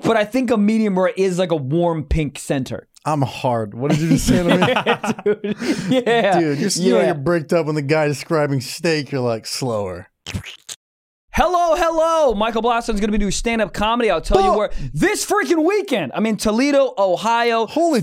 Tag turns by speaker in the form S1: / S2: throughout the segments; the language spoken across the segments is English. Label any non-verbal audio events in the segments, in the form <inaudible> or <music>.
S1: but I think a medium rare is like a warm pink center. <laughs>
S2: I'm hard. What did you just say to me?
S1: Dude, yeah.
S2: Dude, you're, you know you're bricked up when the guy describing steak, you're like, slower.
S1: Hello, hello. Michael Blossom's going to be doing stand up comedy. I'll tell
S2: Bo-
S1: you where this freaking weekend. I'm in Toledo, Ohio.
S2: Holy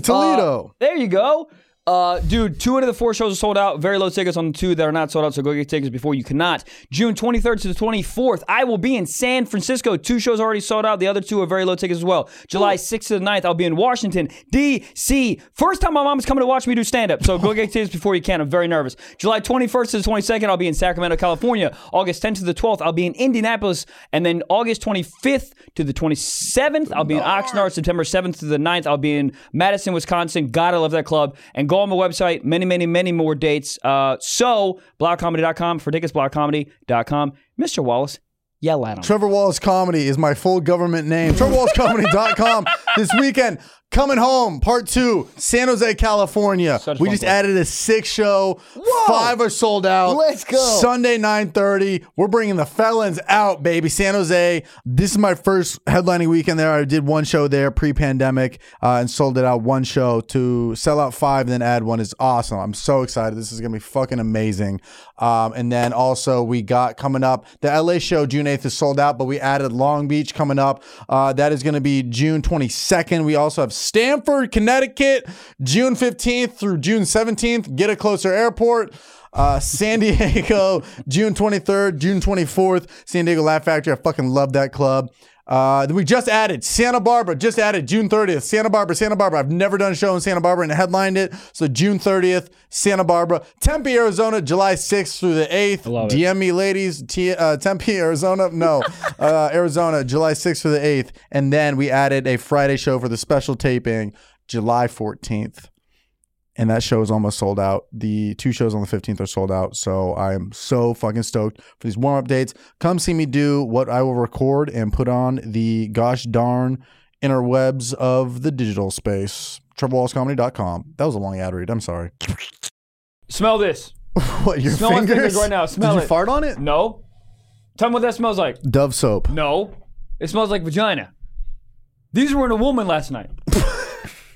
S1: Uh,
S2: Toledo.
S1: there you go. Uh, dude, two out of the four shows are sold out. Very low tickets on the two that are not sold out, so go get tickets before you cannot. June 23rd to the 24th, I will be in San Francisco. Two shows already sold out. The other two are very low tickets as well. July 6th to the 9th, I'll be in Washington, D.C. First time my mom's coming to watch me do stand up, so go get tickets before you can. I'm very nervous. July 21st to the 22nd, I'll be in Sacramento, California. August 10th to the 12th, I'll be in Indianapolis. And then August 25th to the 27th, I'll be in Oxnard. September 7th to the 9th, I'll be in Madison, Wisconsin. God, I love that club. And go on my website, many, many, many more dates. Uh, so, blogcomedy.com for tickets, blogcomedy.com. Mr. Wallace, yell at him.
S2: Trevor Wallace Comedy is my full government name.
S1: <laughs>
S2: TrevorWallaceComedy.com this weekend. Coming home, part two, San Jose, California.
S1: Such a
S2: we
S1: fun
S2: just
S1: place.
S2: added a six show. Five are sold out.
S3: Let's go.
S2: Sunday, 9.30. We're bringing the felons out, baby. San Jose. This is my first headlining weekend there. I did one show there pre-pandemic uh, and sold it out one show to sell out five and then add one is awesome. I'm so excited. This is going to be fucking amazing. Um, and then also we got coming up the LA show June 8th is sold out, but we added Long Beach coming up. Uh, that is going to be June 22nd. We also have Stamford, Connecticut, June 15th through June 17th. Get a closer airport. Uh, San <laughs> Diego, June 23rd, June 24th. San Diego Laugh Factory. I fucking love that club. Uh, then we just added Santa Barbara, just added June 30th. Santa Barbara, Santa Barbara. I've never done a show in Santa Barbara and headlined it. So June 30th, Santa Barbara. Tempe, Arizona, July 6th through the 8th.
S1: love it.
S2: DM me, ladies. T- uh, Tempe, Arizona.
S1: <laughs>
S2: No, uh, Arizona, July 6th through the 8th. And then we added a Friday show for the special taping, July 14th and that show is almost sold out. The two shows on the 15th are sold out. So I am so fucking stoked for these warm up dates. Come see me do what I will record and put on the gosh darn interwebs of the digital space. TreblewallsComedy.com. That was a long ad read. I'm sorry. <laughs>
S1: Smell this.
S2: What, your
S1: Smell my
S2: fingers?
S1: fingers right now. Smell
S2: Did you
S1: it.
S2: fart on it?
S1: No. Tell me what that smells like.
S2: Dove soap.
S1: No. It smells like vagina. These were in a woman last
S2: <laughs>
S1: night.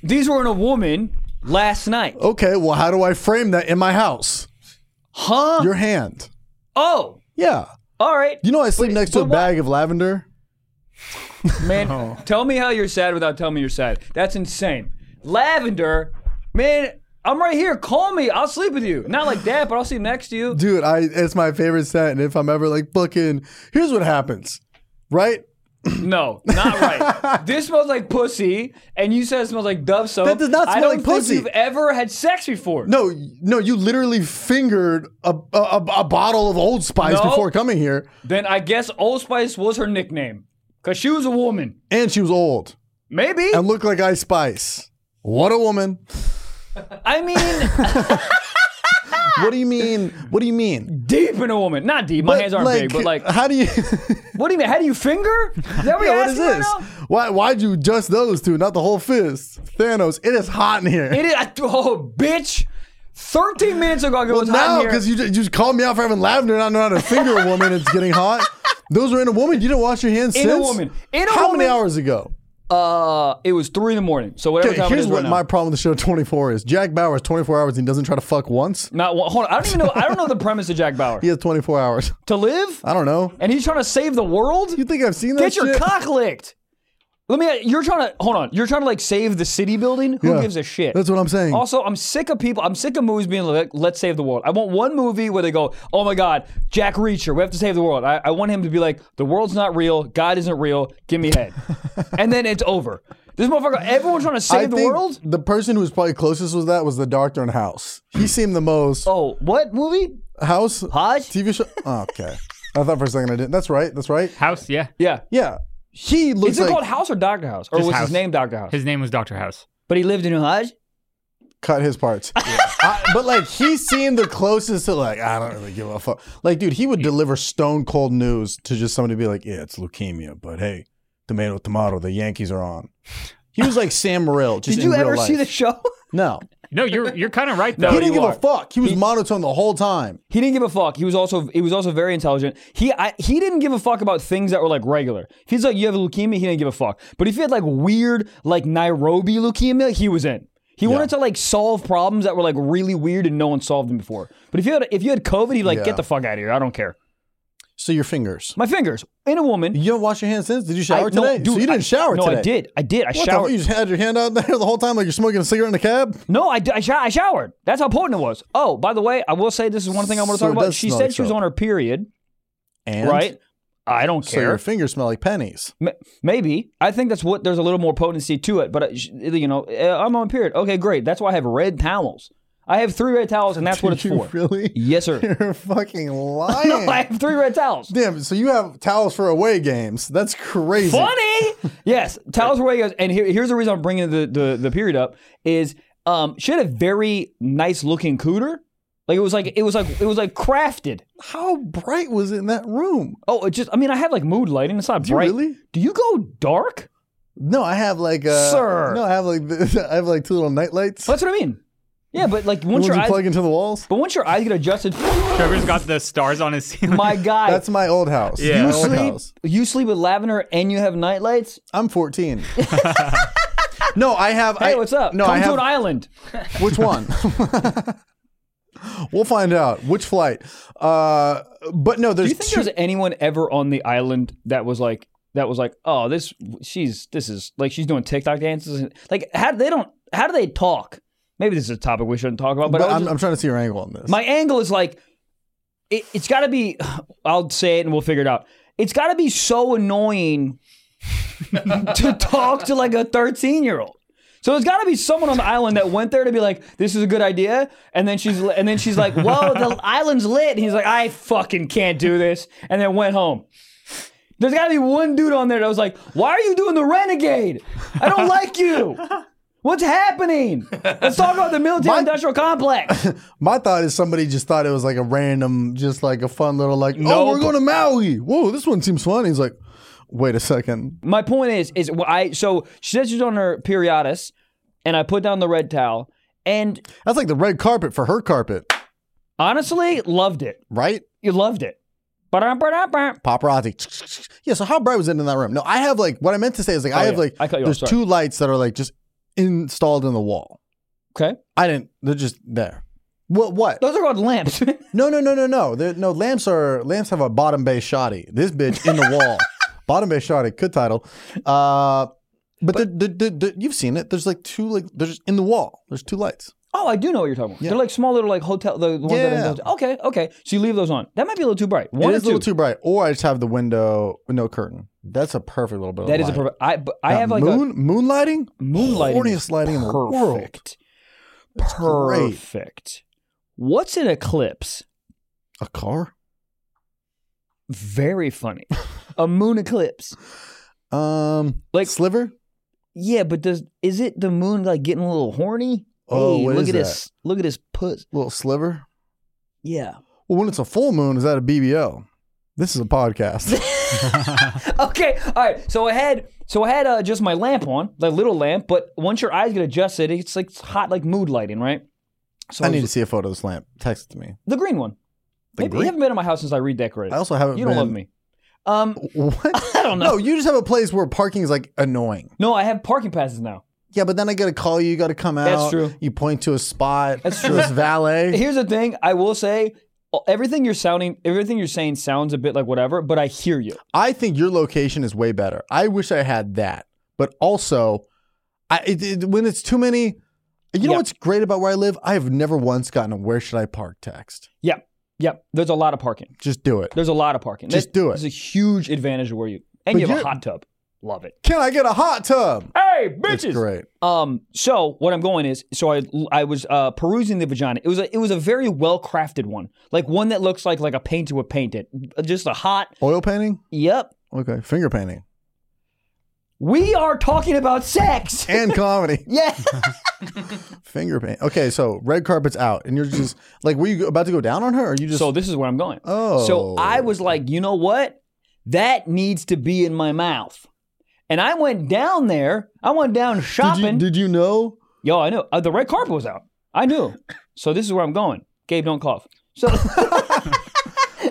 S1: These were in a woman last night.
S2: Okay, well, how do I frame that in my house?
S1: Huh?
S2: Your hand.
S1: oh,
S2: Yeah.
S1: all right.
S2: You know, I sleep next to a
S1: but why-
S2: bag of lavender. <laughs>
S1: Man, tell me how you're sad without telling me you're sad. That's insane. Lavender, man, I'm right here. Call me. I'll sleep with you. Not like that, but I'll sleep next to you.
S2: dude i it's my favorite set and if i'm ever like fucking here's what happens right
S1: No, not
S2: <laughs>
S1: right. this smells like pussy, and you said it smells like dove soap.
S2: That does not
S1: I
S2: smell
S1: don't
S2: like
S1: think
S2: pussy.
S1: You've ever had sex before?
S2: no no you literally fingered a a, a- a bottle of old spice
S1: No.
S2: before coming here
S1: Then I guess Old Spice was her nickname, cause she was a woman.
S2: and she was old
S1: Maybe.
S2: and looked like ice spice what a woman
S1: I
S2: <laughs>
S1: mean,
S2: what do you mean what do you mean
S1: deep in a woman. Not deep. My
S2: But,
S1: hands aren't big, but like,
S2: how do you <laughs>
S1: what do you mean? How do you finger? Is that what you're
S2: what is
S1: asking right
S2: this
S1: now?
S2: why why'd you just those two not the whole fist thanos it is hot in here
S1: It is. I, oh, bitch. 13 minutes ago, I was
S2: now
S1: hot in here.
S2: because you just, you just called me out for having lavender and I know how to finger a woman. It's getting
S1: <laughs>
S2: hot. Those were in a woman. You didn't wash your hands
S1: In a
S2: since
S1: woman. In a
S2: how many
S1: woman-
S2: hours ago?
S1: Uh, it was 3 in the morning. So whatever
S2: Okay,
S1: time it
S2: here's
S1: is
S2: what
S1: right
S2: my
S1: now.
S2: problem with the show 24 is. Jack Bauer is 24 hours and he doesn't try to fuck once.
S1: Not one, hold on. I don't even know. I don't know the premise of Jack Bauer.
S2: He has 24 hours. <laughs>
S1: To live?
S2: I don't know.
S1: And he's trying to save the world?
S2: You think I've seen that?
S1: Get your
S2: shit?
S1: cock licked. Let me. You're trying to hold on. You're trying to like save the city building. Who
S2: Yeah.
S1: gives a shit?
S2: That's what I'm saying.
S1: Also, I'm sick of people. I'm sick of movies being like, "Let's save the world." I want one movie where they go, "Oh my God, Jack Reacher, we have to save the world." I, I want him to be like, "The world's not real. God isn't real. Give me head," and then it's over. This motherfucker. Everyone's trying to
S2: I
S1: save the
S2: think
S1: world.
S2: the person who was probably closest was that was the doctor in House. He seemed the most
S1: Oh, what movie?
S2: House
S1: Hodge?
S2: TV show. Oh, okay, I thought for a second I didn't. That's right. That's right.
S4: House, yeah.
S1: Yeah.
S2: Yeah, he looks
S1: Is it
S2: like
S1: called House or Doctor House, or
S4: Just
S1: was his
S4: House.
S1: name Doctor House?
S4: His name was Dr. House.
S1: but he lived in a Hodge.
S2: cut
S1: <laughs>
S2: his parts. I- but like he seemed the closest to like I don't really give a fuck. Like dude, he would deliver stone cold news to just somebody be like, yeah, it's leukemia, but hey, tomato tomato, the Yankees are on. He was like Sam Morril. Just
S1: Did
S2: in
S1: you
S2: real
S1: ever see the
S2: life.
S1: show?
S2: No,
S3: No, you're you're kind
S2: <laughs>
S3: of right though.
S2: he didn't
S3: You
S2: give
S3: are.
S2: a fuck. He was monotone the whole time.
S1: He didn't give a fuck. He was also he was also very intelligent. He I, he didn't give a fuck about things that were like regular. If he's like you have leukemia, he didn't give a fuck. But if he had like weird like Nairobi leukemia, he was in. He wanted to like solve problems that were like really weird and no one solved them before. But if you had if you had COVID, he'd like
S2: Yeah.
S1: get the fuck out of here. I don't care.
S2: So your fingers.
S1: My fingers in a woman.
S2: You don't wash your hands since? Did you shower
S1: I- no,
S2: today? so you didn't
S1: I-
S2: shower
S1: no,
S2: today.
S1: I did. I did. I
S2: What the fuck?
S1: showered.
S2: You just had your hand out there the whole time like you're smoking a cigarette in a cab?
S1: No, I, d- I, sho- I showered. That's how potent it was. Oh, by the way, I will say this is one thing I want to
S2: So it
S1: talk about.
S2: does
S1: She
S2: smell
S1: said
S2: like
S1: she was
S2: soap.
S1: on her period,
S2: And
S1: right? I don't
S2: So your
S1: care.
S2: fingers smell like pennies.
S1: M- Maybe I think that's what there's a little more potency to it. But uh, sh- you know, uh, I'm on period. Okay, great. That's why I have red towels. I have three red towels, and that's what it's
S2: <laughs> you
S1: for.
S2: really?
S1: Yes,
S2: <laughs>
S1: sir. <laughs>
S2: You're fucking lying.
S1: no, I have three red towels.
S2: Damn, so you have towels for away games. That's crazy.
S1: Funny. yes, towels where he goes. And here, here's the reason I'm bringing the, the the period up is um she had a very nice looking cooter. Like it was like it was like it was like crafted.
S2: How bright was it in that room?
S1: Oh, it just I mean I have like mood lighting. It's not
S2: you
S1: bright.
S2: really?
S1: Do you go dark?
S2: No, I have like uh
S1: Sir.
S2: No, I have like <laughs> the, I have like two little night lights.
S1: That's what I mean. Yeah, but like
S2: The
S1: once
S2: ones
S1: your
S2: you
S1: eyes,
S2: plug into the walls.
S1: but once your eyes get adjusted,
S3: Trevor's got the stars on his ceiling.
S1: my guy,
S2: <laughs> That's my old house.
S3: Yeah.
S2: My
S3: You
S1: you
S2: old
S1: sleep.
S2: house.
S1: You sleep with lavender and you have nightlights.
S2: I'm 14.
S1: <laughs>
S2: no, I have.
S1: Hey,
S2: I,
S1: what's up?
S2: No,
S1: Come
S2: I
S1: to
S2: have.
S1: an island.
S2: <laughs> Which one? we'll find out. Which flight? Uh, but no,
S1: Do
S2: there's
S1: you think
S2: two.
S1: there's anyone ever on the island that was like that was like, oh, this she's this is like she's doing TikTok dances. and- Like how they don't how do they talk? Maybe this is a topic we shouldn't talk about, but,
S2: but
S1: I was
S2: I'm,
S1: just-
S2: I'm trying to see your angle on this.
S1: my angle is like it, it's got to be. <sighs> I'll say it and we'll figure it out. It's got to be so annoying <laughs> to talk to like a 13 year old. So there's got to be someone on the island that went there to be like, "This is a good idea," and then she's and then she's like, "Whoa, the <laughs> island's lit," and he's like, "I fucking can't do this," and then went home. There's got to be one dude on there that was like, "Why are you doing the renegade? I don't like you. What's happening? Let's talk about the military-industrial complex."
S2: My thought is somebody just thought it was like a random, just like a fun little like. Oh,
S1: Nope.
S2: we're going to Maui. Whoa, this one seems fun. He's like, wait a second.
S1: My point is, is wh- I so she said she's on her periodis, and I put down the red towel, and
S2: That's like the red carpet for her carpet,
S1: honestly, loved it.
S2: right?
S1: You loved it. Ba-dum-ba-dum-ba.
S2: Paparazzi. Yeah. So how bright was it in that room? No, I have like what I meant to say is like I
S1: Oh,
S2: have
S1: yeah.
S2: like
S1: I cut you off,
S2: there's
S1: sorry.
S2: two lights that are like just installed in the wall.
S1: Okay,
S2: I didn't. They're just there. What? What?
S1: those are called lamps. <laughs>
S2: No, no, no, no, no. There- no lamps are lamps have a bottom bay shoddy. This bitch in the
S1: <laughs>
S2: wall. bottom bay shoddy. Good title. Uh, but the, the, the, the, you've seen it. There's like two like there's in the wall. There's two lights.
S1: oh, I do know what you're talking about. They're like small little like hotel. The, the ones that are in
S2: Yeah.
S1: the hotel. okay, okay. So you leave those on. That might be a little too bright. One
S2: it
S1: or
S2: is a
S1: two.
S2: little too bright. Or I just have the window with no curtain. That's a perfect little bit.
S1: that is
S2: of
S1: a perfect. I but I have like
S2: moon moonlighting.
S1: a moonlight.
S2: Horniest lighting in the world.
S1: Perfect.
S2: great.
S1: Perfect. What's an eclipse?
S2: A car.
S1: Very funny. a moon eclipse.
S2: Um,
S1: Like-
S2: sliver.
S1: Yeah, but does is it the moon like getting a little horny?
S2: Oh,
S1: hey,
S2: what
S1: look
S2: is
S1: at
S2: that?
S1: this! Look at his puss.
S2: Little sliver.
S1: Yeah.
S2: Well, when it's a full moon, is that a BBO? This is
S1: <laughs>
S2: a podcast.
S1: <laughs>
S2: <laughs>
S1: Okay. All right. So I had so I had uh, just my lamp on, the little lamp. But once your eyes get adjusted, it's like it's hot, like mood lighting, right? So
S2: I
S1: was-
S2: need to see a photo of this lamp. Text it to me.
S1: the green one. Maybe
S2: green-
S1: you haven't been in my house since I redecorated.
S2: I also haven't.
S1: you don't
S2: been-
S1: love me. Um.
S2: <laughs> What?
S1: I don't know.
S2: No, you just have a place where parking is like annoying.
S1: No, I have parking passes now.
S2: Yeah, but then I gotta call you. You gotta come out.
S1: That's true.
S2: You point to a spot.
S1: That's
S2: to
S1: true. <laughs>
S2: This valet.
S1: Here's the thing. I will say. Everything you're sounding, everything you're saying sounds a bit like whatever, but I hear you.
S2: I think your location is way better. I wish I had that, but also, I it, it- when it's too many. You know
S1: Yeah.
S2: what's great about where I live? I have never once gotten a "Where should I park?" text.
S1: Yep, yep. There's a lot of parking.
S2: Just do it.
S1: There's a lot of parking.
S2: Just
S1: There's-
S2: do it.
S1: There's a huge advantage where you and
S2: But
S1: you have a
S2: you're-
S1: hot tub. Love it.
S2: Can I get a hot tub?
S1: Hey,
S2: It's
S1: bitches.
S2: great.
S1: Um. So what I'm going is, so I I was uh, perusing the vagina. It was a it was a very well crafted one, like one that looks like like a painter would paint it. Just a hot.
S2: Oil painting.
S1: Yep.
S2: Okay, finger painting
S1: We are talking about sex. <laughs>
S2: and comedy.
S1: Yeah.
S2: Finger paint. Okay, so red carpet's out, and you're just like, were you about to go down on her? Or you just
S1: so this is where I'm going.
S2: oh?
S1: So I was like, you know what? That needs to be in my mouth. And I went down there. I went down
S2: Did you,
S1: shopping.
S2: did you know?
S1: Yo, I know. Uh, the red carpet was out. I knew. So this is where I'm going. Gabe, don't cough.
S2: <laughs>
S1: So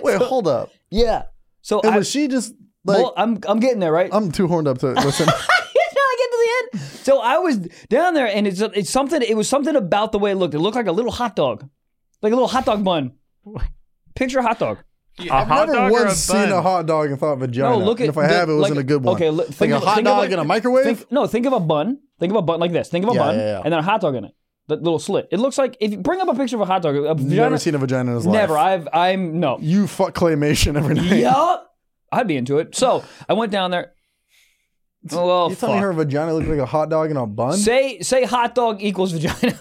S2: Wait, hold up.
S1: yeah. So
S2: And
S1: I,
S2: was she just like? Oh.
S1: well, I'm I'm getting there, <laughs> right?
S2: I'm too horned up to
S1: <laughs> Until
S2: listen.
S1: I get to the end. So I was down there, and it's it's something. It was something about the way it looked. It looked like a little hot dog, like a little hot dog bun. Picture a hot dog.
S3: A hot
S2: I've never
S3: dog or a
S2: once seen
S3: bun?
S2: a hot dog and thought vagina.
S1: No, look at
S2: and if I have, it
S1: the-
S2: wasn't
S1: like-
S2: a good one.
S1: Okay, look, think
S2: like
S1: of-
S2: a hot
S1: think of
S2: dog
S1: like-
S2: in a microwave.
S1: Think, no, think of a bun. Think of a bun like this. Think of a
S2: Yeah,
S1: bun
S2: yeah, yeah.
S1: and then a hot dog in it. The little slit. It looks like if you bring up a picture of a hot dog, a
S2: You've
S1: vagina.
S2: never seen a vagina in his life.
S1: Never. I've I'm no.
S2: You fuck claymation every night.
S1: yup. <laughs> I'd be into it. So I went down there. Oh, well,
S2: <laughs> You telling me
S1: fuck.
S2: her vagina looked like a hot dog in a bun?
S1: Say say hot dog equals vagina.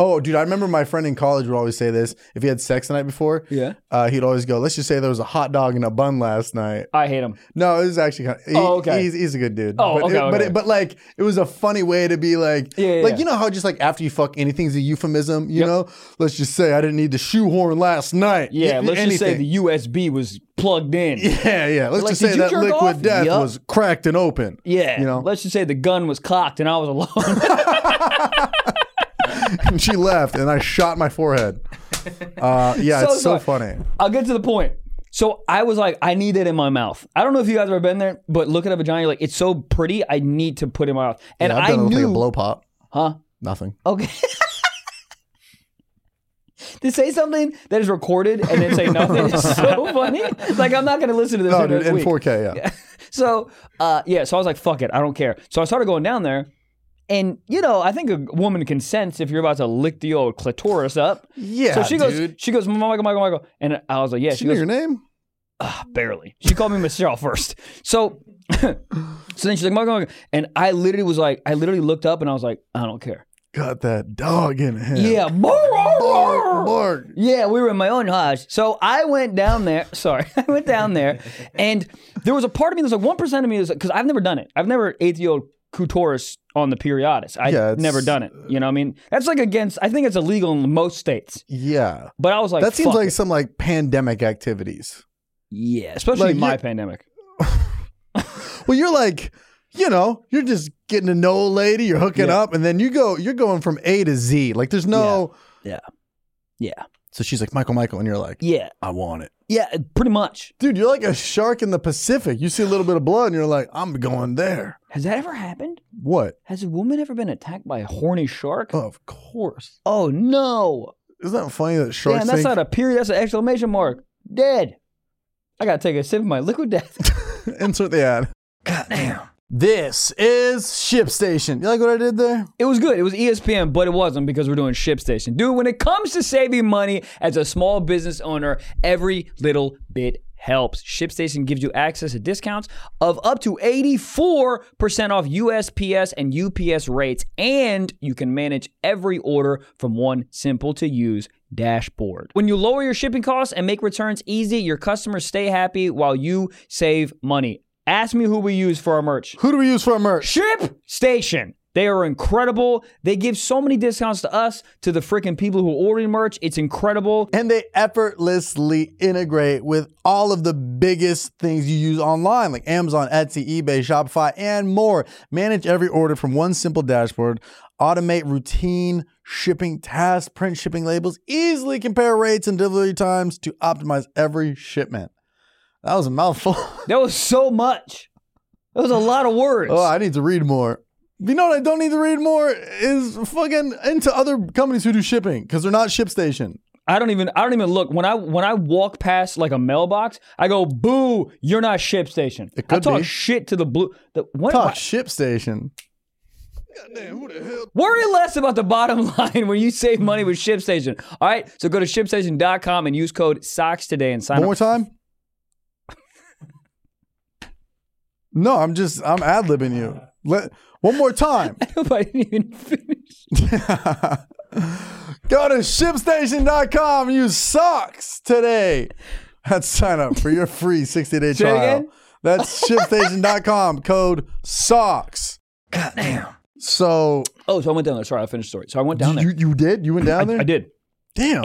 S2: Oh, dude, I remember my friend in college would always say this. If he had sex the night before,
S1: Yeah.
S2: uh, he'd always go, "Let's just say there was a hot dog in a bun last night."
S1: <laughs> I hate him.
S2: No, it was actually kind of. He,
S1: Oh, okay.
S2: He's, he's a good dude.
S1: Oh,
S2: but
S1: okay,
S2: It, But
S1: okay.
S2: it, but like it was a funny way to be like,
S1: Yeah, yeah,
S2: like
S1: yeah.
S2: you know how just like after you fuck anything's a euphemism. You
S1: Yep.
S2: know, let's just say I didn't need the shoehorn last night.
S1: Yeah,
S2: Y-
S1: let's just say
S2: anything.
S1: the USB was plugged in. Yeah.
S2: <laughs> Yeah, yeah. Let's
S1: Like,
S2: just
S1: did
S2: say
S1: you
S2: that
S1: jerk
S2: liquid
S1: off?
S2: death
S1: Yup.
S2: was cracked
S1: <laughs>
S2: and open. You know?
S1: Let's just say the gun was cocked and I was alone. <laughs>
S2: and she left, and I shot
S1: <laughs>
S2: my forehead. Uh, yeah,
S1: So
S2: it's so
S1: sorry.
S2: funny.
S1: I'll get to the point. So I was like, I need it in my mouth. I don't know if you guys have ever been there, but look at a vagina, you're like, it's so pretty, I need to put it in my mouth. And
S2: I've
S1: I
S2: done it with, like
S1: knew
S2: a blow pop.
S1: Huh?
S2: Nothing.
S1: Okay. <laughs> to say something that is recorded and
S2: <laughs>
S1: then say nothing is so funny. Like I'm not gonna listen to this
S2: No,
S1: in a
S2: Oh, dude, in
S1: week.
S2: 4K. Yeah.
S1: So uh, yeah, so I was like, fuck it, I don't care. So I started going down there. And you know, I think a woman can sense if you're about to lick the old clitoris up.
S2: Yeah.
S1: so she goes,
S2: dude.
S1: she goes, Michael, Michael, Michael, and I was like, yeah.
S2: She
S1: She,
S2: knew
S1: goes,
S2: your name.
S1: barely. She called me Michelle <laughs> first. So, <laughs> so then she's like, Michael, Michael, and I literally was like, I literally looked up and I was like, I don't care.
S2: Got that dog in him.
S1: Yeah,
S2: Bark, bark.
S1: Yeah, we were in my own hodge. So I went down there. <laughs> Sorry, I went down there, and there was a part of me that was like one percent of me was because I've never done it. I've never ate the old clitoris on the periodis. I've
S2: Yeah, it's-
S1: never done it. You know, what I mean, that's like against. I think it's illegal in most states.
S2: Yeah.
S1: But I was like,
S2: that seems
S1: fuck
S2: like
S1: it.
S2: some like pandemic activities.
S1: yeah, especially
S2: like,
S1: in my
S2: you-
S1: pandemic.
S2: Well, you're like, you know, you're just getting to know a lady, you're hooking
S1: Yeah.
S2: up, and then you go, you're going from A to Z. Like, there's no.
S1: Yeah,
S2: So she's like, Michael, Michael, and you're like,
S1: yeah,
S2: I want it,
S1: yeah, pretty much.
S2: dude. You're like a shark in the Pacific. You see a little bit of blood, and you're like, I'm going there.
S1: Has that ever happened?
S2: What?
S1: Has a woman ever been attacked by a horny shark?
S2: Of course.
S1: Oh no!
S2: Isn't that funny that sharks
S1: Damn, that's
S2: think
S1: not a period. That's an exclamation mark. Dead. I gotta take a sip of my liquid death.
S2: <laughs> insert the ad?
S1: God damn.
S2: This is Ship Station. You like what I did there?
S1: It was good. It was E ESPN, but it wasn't because we're doing ShipStation. Dude, when it comes to saving money as a small business owner, every little bit helps. ShipStation gives you access to discounts of up to 84% off USPS and UPS rates, and you can manage every order from one simple to use dashboard. When you lower your shipping costs and make returns easy, your customers stay happy while you save money. Ask me who we use for our merch.
S2: Who do we use for our merch?
S1: Ship Station. They are incredible. They give so many discounts to us, to the freaking people who order merch. It's incredible.
S2: and they effortlessly integrate with all of the biggest things you use online like Amazon, Etsy, eBay, Shopify, and more. Manage every order from one simple dashboard, automate routine shipping tasks, print shipping labels, easily compare rates and delivery times to optimize every shipment. That was a mouthful. <laughs>
S1: That was so much. That was a lot of words.
S2: oh, I need to read more. You know what I don't need to read more is fucking into other companies who do shipping because they're not ShipStation.
S1: I don't even I don't even look. When I when I walk past like a mailbox, I go, boo, you're not ship station.
S2: It could
S1: I talk
S2: be.
S1: shit to the blue the what,
S2: Talk ShipStation. Goddamn, who the hell
S1: Worry less about the bottom <laughs> line when you save money with ShipStation. All right, so go to shipstation.com and use code SOCKS today and sign
S2: One
S1: up.
S2: more time. <laughs> No, I'm just I'm ad libbing you. Let one
S1: <laughs>
S2: more time.
S1: <laughs> Nobody didn't even finish.
S2: Go to shipstation.com. Use socks today. That's sign up for your free 60 day
S1: Say it
S2: trial.
S1: again? <laughs>
S2: That's shipstation.com. Code socks. Goddamn. So
S1: Oh, so I went down there. Sorry, I finished the story. So I went down there.
S2: you you did? You went down there?
S1: I did.
S2: Damn.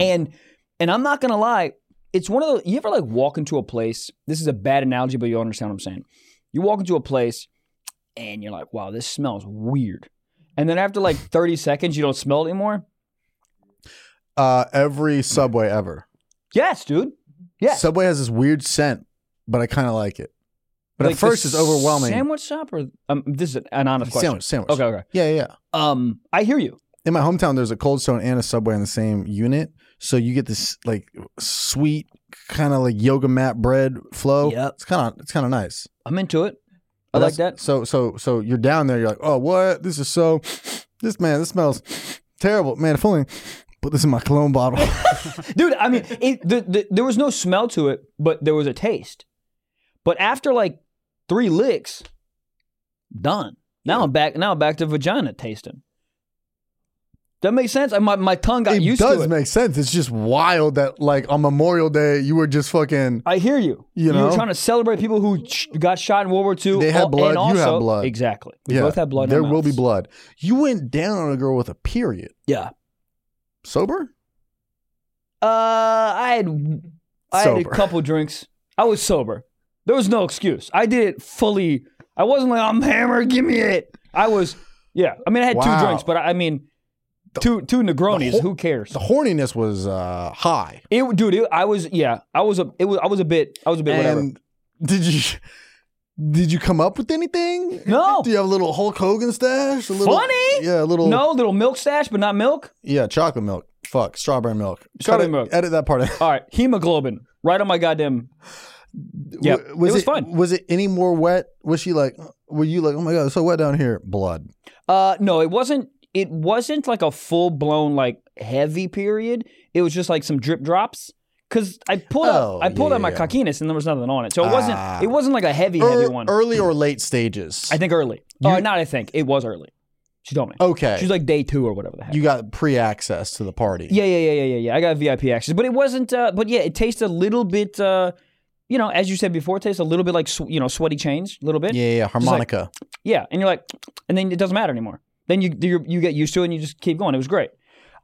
S1: <laughs> And and I'm not gonna lie, it's one of those you ever like walk into a place. This is a bad analogy, but you understand what I'm saying. You walk into a place and you're like, wow, this smells weird. and then after like
S2: <laughs>
S1: 30 seconds, you don't smell it anymore?
S2: Uh, every Subway ever.
S1: Yes, dude. Yes.
S2: Subway has this weird scent, but I kind of like it. But
S1: Like
S2: at
S1: the
S2: first, it's overwhelming.
S1: Sandwich shop or um, this is an honest question.
S2: Sandwich, sandwich.
S1: Okay, okay.
S2: Yeah, yeah, yeah.
S1: Um, I hear you.
S2: In my hometown, there's a Cold Stone and a Subway in the same unit, so you get this like sweet kind of like yoga mat bread flow.
S1: Yep.
S2: it's kind of it's kind of nice.
S1: I'm into it. I like that.
S2: That's- So so so you're down there. You're like, oh what? This is so. This man, this smells terrible. Man, if only put this in my cologne bottle.
S1: dude. I mean, it, the, the, there was no smell to it, but there was a taste. But after like three licks, done. Now I'm back. Now I'm back to vagina tasting. That makes sense. I, my my tongue <laughs> got
S2: it
S1: used
S2: does
S1: to it.
S2: make sense. It's just wild that like on Memorial Day you were just fucking.
S1: I hear you.
S2: You
S1: were
S2: know?
S1: trying to celebrate people who sh- got shot in World War II.
S2: They had
S1: al-
S2: blood,
S1: And
S2: you
S1: also,
S2: had blood.
S1: Exactly. We both had blood. in our
S2: There will be
S1: mouths.
S2: blood. You went down on a girl with a period.
S1: Yeah.
S2: Sober?
S1: Uh, I had I had a
S2: Sober.
S1: couple drinks. I was sober. There was no excuse. I did it fully. I wasn't like I'm hammered. Give me it. I was. Yeah. I mean, I had
S2: Wow.
S1: two drinks, but I, I mean, two two Negronis.
S2: whole-
S1: who cares?
S2: The horniness was uh, high.
S1: It, dude. It, I was. Yeah. I was a. It was. I was a bit. I was a bit. whatever.
S2: And did you did you come up with anything?
S1: No.
S2: Do you have a little Hulk Hogan stash? A little,
S1: Funny?
S2: Yeah, a little.
S1: No little milk stash, but not milk.
S2: Yeah, chocolate milk. Fuck, strawberry milk.
S1: Strawberry
S2: Cut it-
S1: milk.
S2: Edit that part.
S1: <laughs>
S2: out.
S1: All right. Hemoglobin. Right on my goddamn. Yeah.
S2: W-
S1: It was fun.
S2: Was it any more wet? Was she like? Were you like? Oh my god, it's so wet down here. Blood.
S1: Uh, no, it wasn't. It wasn't like a full blown like heavy period. It was just like some drip drops. Cause I pulled
S2: Oh,
S1: out, I pulled
S2: yeah,
S1: out my
S2: yeah.
S1: cockiness and there was nothing on it, so it wasn't.
S2: Ah. er,
S1: It wasn't like a heavy heavy
S2: Ear-
S1: one.
S2: Early or late stages.
S1: I think early. oh, not I think it was early. She told me.
S2: okay.
S1: She was like day two or whatever the heck.
S2: you got pre-access to the party.
S1: yeah, yeah, yeah, yeah, yeah, yeah. I got VIP access, but it wasn't. Uh, but yeah, it tastes a little bit. Uh, you know, as you said before, it tastes a little bit like sw- you know sweaty chains, a little bit.
S2: Yeah, yeah, harmonica.
S1: Yeah, and you're like, and then it doesn't matter anymore. Then you you you get used to it and you just keep going. It was great.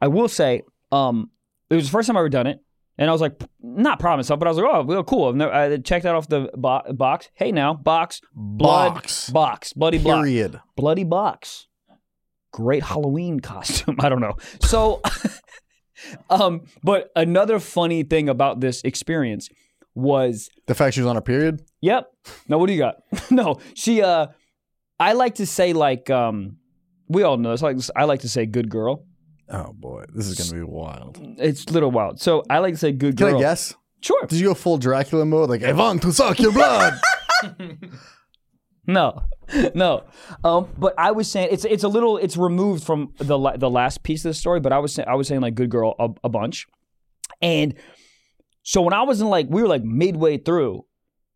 S1: I will say, um, it was the first time I ever done it, and I was like, not proud of myself, but I was like, oh, well, cool. I've never, I checked that off the bo- box. Hey, now box, blood,
S2: Box.
S1: box, bloody block,
S2: Period.
S1: bloody box. Great Halloween costume. <laughs> I don't know. So, <laughs> um, but another funny thing about this experience was
S2: The fact she was on her period.
S1: Yep. No, what do you got? <laughs> no, she. uh I like to say like um we all know this. Like I like to say good girl.
S2: Oh boy, this is gonna be wild.
S1: It's a little wild. So I like to say good
S2: Can
S1: girl.
S2: I guess?
S1: Sure.
S2: Did you go full Dracula mode? Like I want to suck
S1: <laughs>
S2: your blood.
S1: No. <laughs> no. Um, but I was saying it's it's a little it's removed from the la- the last piece of the story. But I was saying I was saying like good girl a, a bunch, and so when I was in like we were like midway through,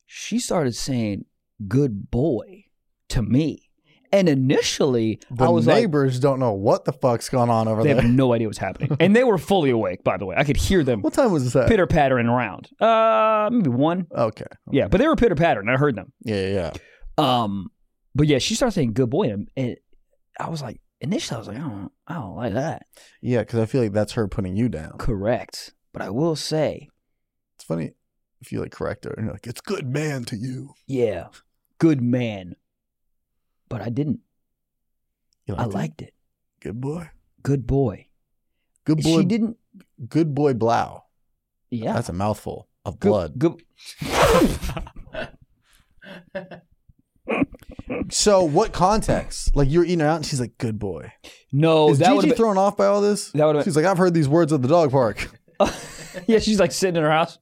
S1: she started saying good boy to me, and initially
S2: the
S1: I was like.
S2: neighbors don't know what the fuck's going on over
S1: They <laughs>
S2: there.
S1: have no idea what's happening. And they were fully awake, by the way. I could hear them
S2: What time was that?
S1: pitter pattering around. Uh, maybe one.
S2: Okay.
S1: Yeah, but they were pitter pattering. I heard them.
S2: Yeah, yeah, yeah.
S1: Um, but yeah, she started saying "good boy," and, and I was like, initially, I was like, I don't, I don't like that.
S2: Yeah, because I feel like that's her putting you down.
S1: Correct. But I will say,
S2: It's funny if you like correct her and you're like, it's good man to you.
S1: yeah, good man. But I didn't.
S2: You
S1: I
S2: it?
S1: liked it.
S2: good boy.
S1: Good boy.
S2: Good boy.
S1: She didn't.
S2: Good boy. Blow.
S1: Yeah.
S2: That's a mouthful of
S1: good,
S2: blood.
S1: Good.
S2: So what context? Like you're eating her out, and she's like, "Good boy."
S1: No,
S2: Is
S1: Oh, that
S2: Gigi
S1: would. Been,
S2: thrown off by all this?
S1: that would've been-
S2: She's like, "I've heard these words at the dog park."
S1: <laughs> yeah, she's like sitting in her house.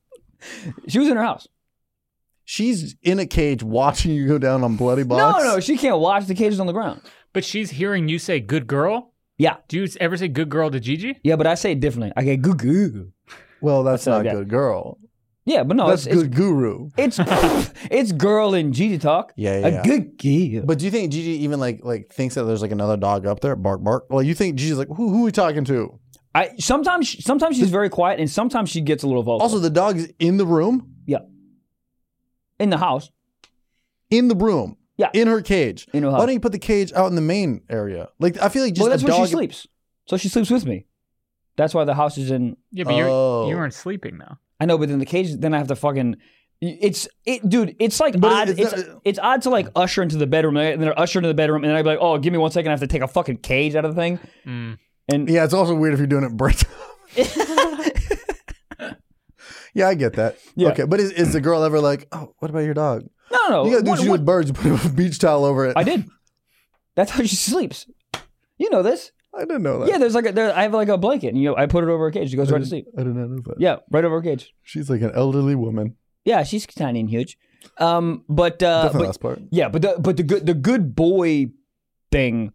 S1: She was in her house.
S2: She's in a cage watching you go down on bloody box.
S1: No, no, she can't watch. The cage is on the ground.
S3: But she's hearing you say "good girl."
S1: Yeah.
S3: Do you ever say "good girl" to Gigi?
S1: Yeah, but I say it differently. I get goo goo.
S2: Well, that's
S1: That's
S2: not
S1: not good.
S2: good, girl.
S1: Yeah, but no,
S2: that's
S1: Oh, it's,
S2: good guru.
S1: it's it's <laughs> it's girl and Gigi talk.
S2: Yeah, yeah, yeah.
S1: A good girl.
S2: But do you think Gigi even like like thinks that there's like another dog up there? Bark, bark. Well, you think Gigi's like, who who are we talking to?
S1: I sometimes sometimes she's very quiet and sometimes she gets a little vocal.
S2: Also, the dog's in the room,
S1: yeah, in the house.
S2: in the room,
S1: Yeah.
S2: in her cage.
S1: In her
S2: Why
S1: house.
S2: don't you put the cage out in the main area? Like, I feel like just
S1: well, that's
S2: a
S1: where
S2: dog.
S1: she sleeps. So she sleeps with me. That's why the house is in.
S3: Yeah, but
S2: Oh.
S3: you're you weren't sleeping though.
S1: I know, but then the cage. Then I have to fucking It's it, dude. It's like odd.
S2: it's
S1: It's, it's,
S2: not-
S1: odd to like usher into the bedroom, and then usher into the bedroom, and then I'd be like, "Oh, give me one second. I have to take a fucking cage out of the thing."
S2: Yeah, it's also weird if you're doing it birth. <laughs> yeah, I get that.
S1: Yeah.
S2: Okay, but is, is the girl ever like, oh, what about your dog?
S1: <laughs> No, no. no.
S2: You gotta
S1: What-
S2: do what you do
S1: what-
S2: with birds. <laughs> You put a beach towel over it.
S1: I
S2: I,
S1: did. That's how she <laughs> sleeps. You know this?
S2: didn't know that.
S1: Yeah. There's like a, there, I have like a blanket, and you know, I put it over her cage. She goes right to sleep.
S2: I did not know that.
S1: Yeah, right over her cage.
S2: She's like an elderly woman.
S1: Yeah, she's tiny and huge. Um, but uh,
S2: Definitely
S1: but
S2: last part.
S1: Yeah, but the but the good the good boy thing.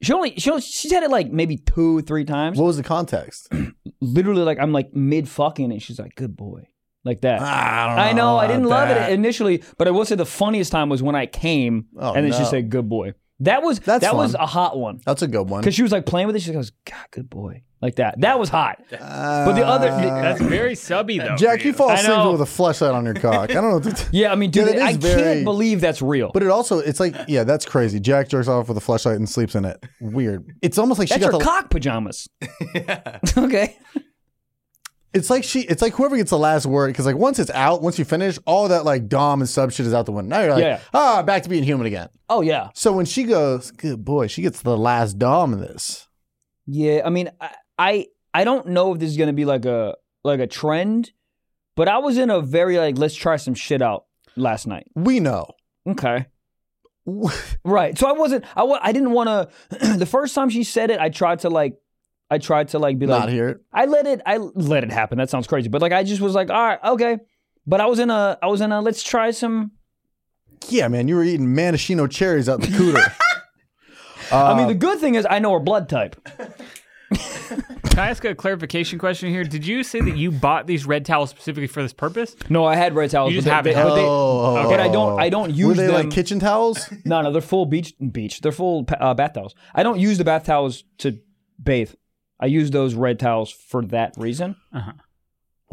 S1: She only she only, she's had it like maybe two three times.
S2: What was the context? <clears throat>
S1: Literally, like I'm like mid fucking, and she's like, "Good boy," like that.
S2: I don't
S1: I know I
S2: about
S1: didn't love
S2: Ah, that.
S1: it initially, but I will say the funniest time was when I came,
S2: Oh,
S1: and then she
S2: no.
S1: said, "Good boy." That was
S2: That's
S1: that was
S2: fun.
S1: a hot one
S2: That's a good one.
S1: because she was like playing with it. She goes, "God, good boy," like that. That was hot.
S2: But
S1: the other-
S3: That's very subby though.
S2: Uh, Jack,
S3: for
S2: you fall
S1: I
S2: asleep
S1: know.
S2: with a flashlight on your cock. I don't know. What to
S1: <laughs>
S2: t-
S1: Yeah, I mean,
S2: Yeah,
S1: dude,
S2: that
S1: I
S2: is very-
S1: can't believe that's real.
S2: But it also, it's like, yeah, that's crazy. Jack jerks off with a flashlight and sleeps in it. Weird. It's almost like she
S1: that's her
S2: got the.
S1: cock pajamas. okay.
S2: It's like she. It's like whoever gets the last word, because like once it's out, once you finish, all that like dom and sub shit is out the window. Now you're like,
S1: Yeah.
S2: ah, back to being human again.
S1: Oh yeah.
S2: So when she goes, good boy, she gets the last dom in this.
S1: Yeah, I mean, I I, I don't know if this is gonna be like a like a trend, but I was in a very like let's try some shit out last night.
S2: We know.
S1: Okay. Right. So I wasn't. I wa- I didn't want to. <clears throat> the first time she said it, I tried to like. I tried to like be
S2: Not
S1: like.
S2: here.
S1: I let it. I let it happen. That sounds crazy, but like I just was like, all right, okay. But I was in a. I was in a. Let's try some.
S2: Yeah, man, you were eating maraschino cherries out the cooter.
S1: I
S2: Um,
S1: mean, the good thing is I know her blood type.
S3: Can I ask a clarification question here? Did you say that you bought these red towels specifically for this purpose?
S1: No, I had red towels.
S3: You just
S1: but they- they- <laughs> but
S3: have it.
S1: they-
S2: oh,
S1: but I don't. I don't use
S2: Were they
S1: them.
S2: like kitchen towels?
S1: No, no, they're full beach beach. They're full pa- uh, bath towels. I don't use the bath towels to bathe. I use those red towels for that reason.
S2: Wow.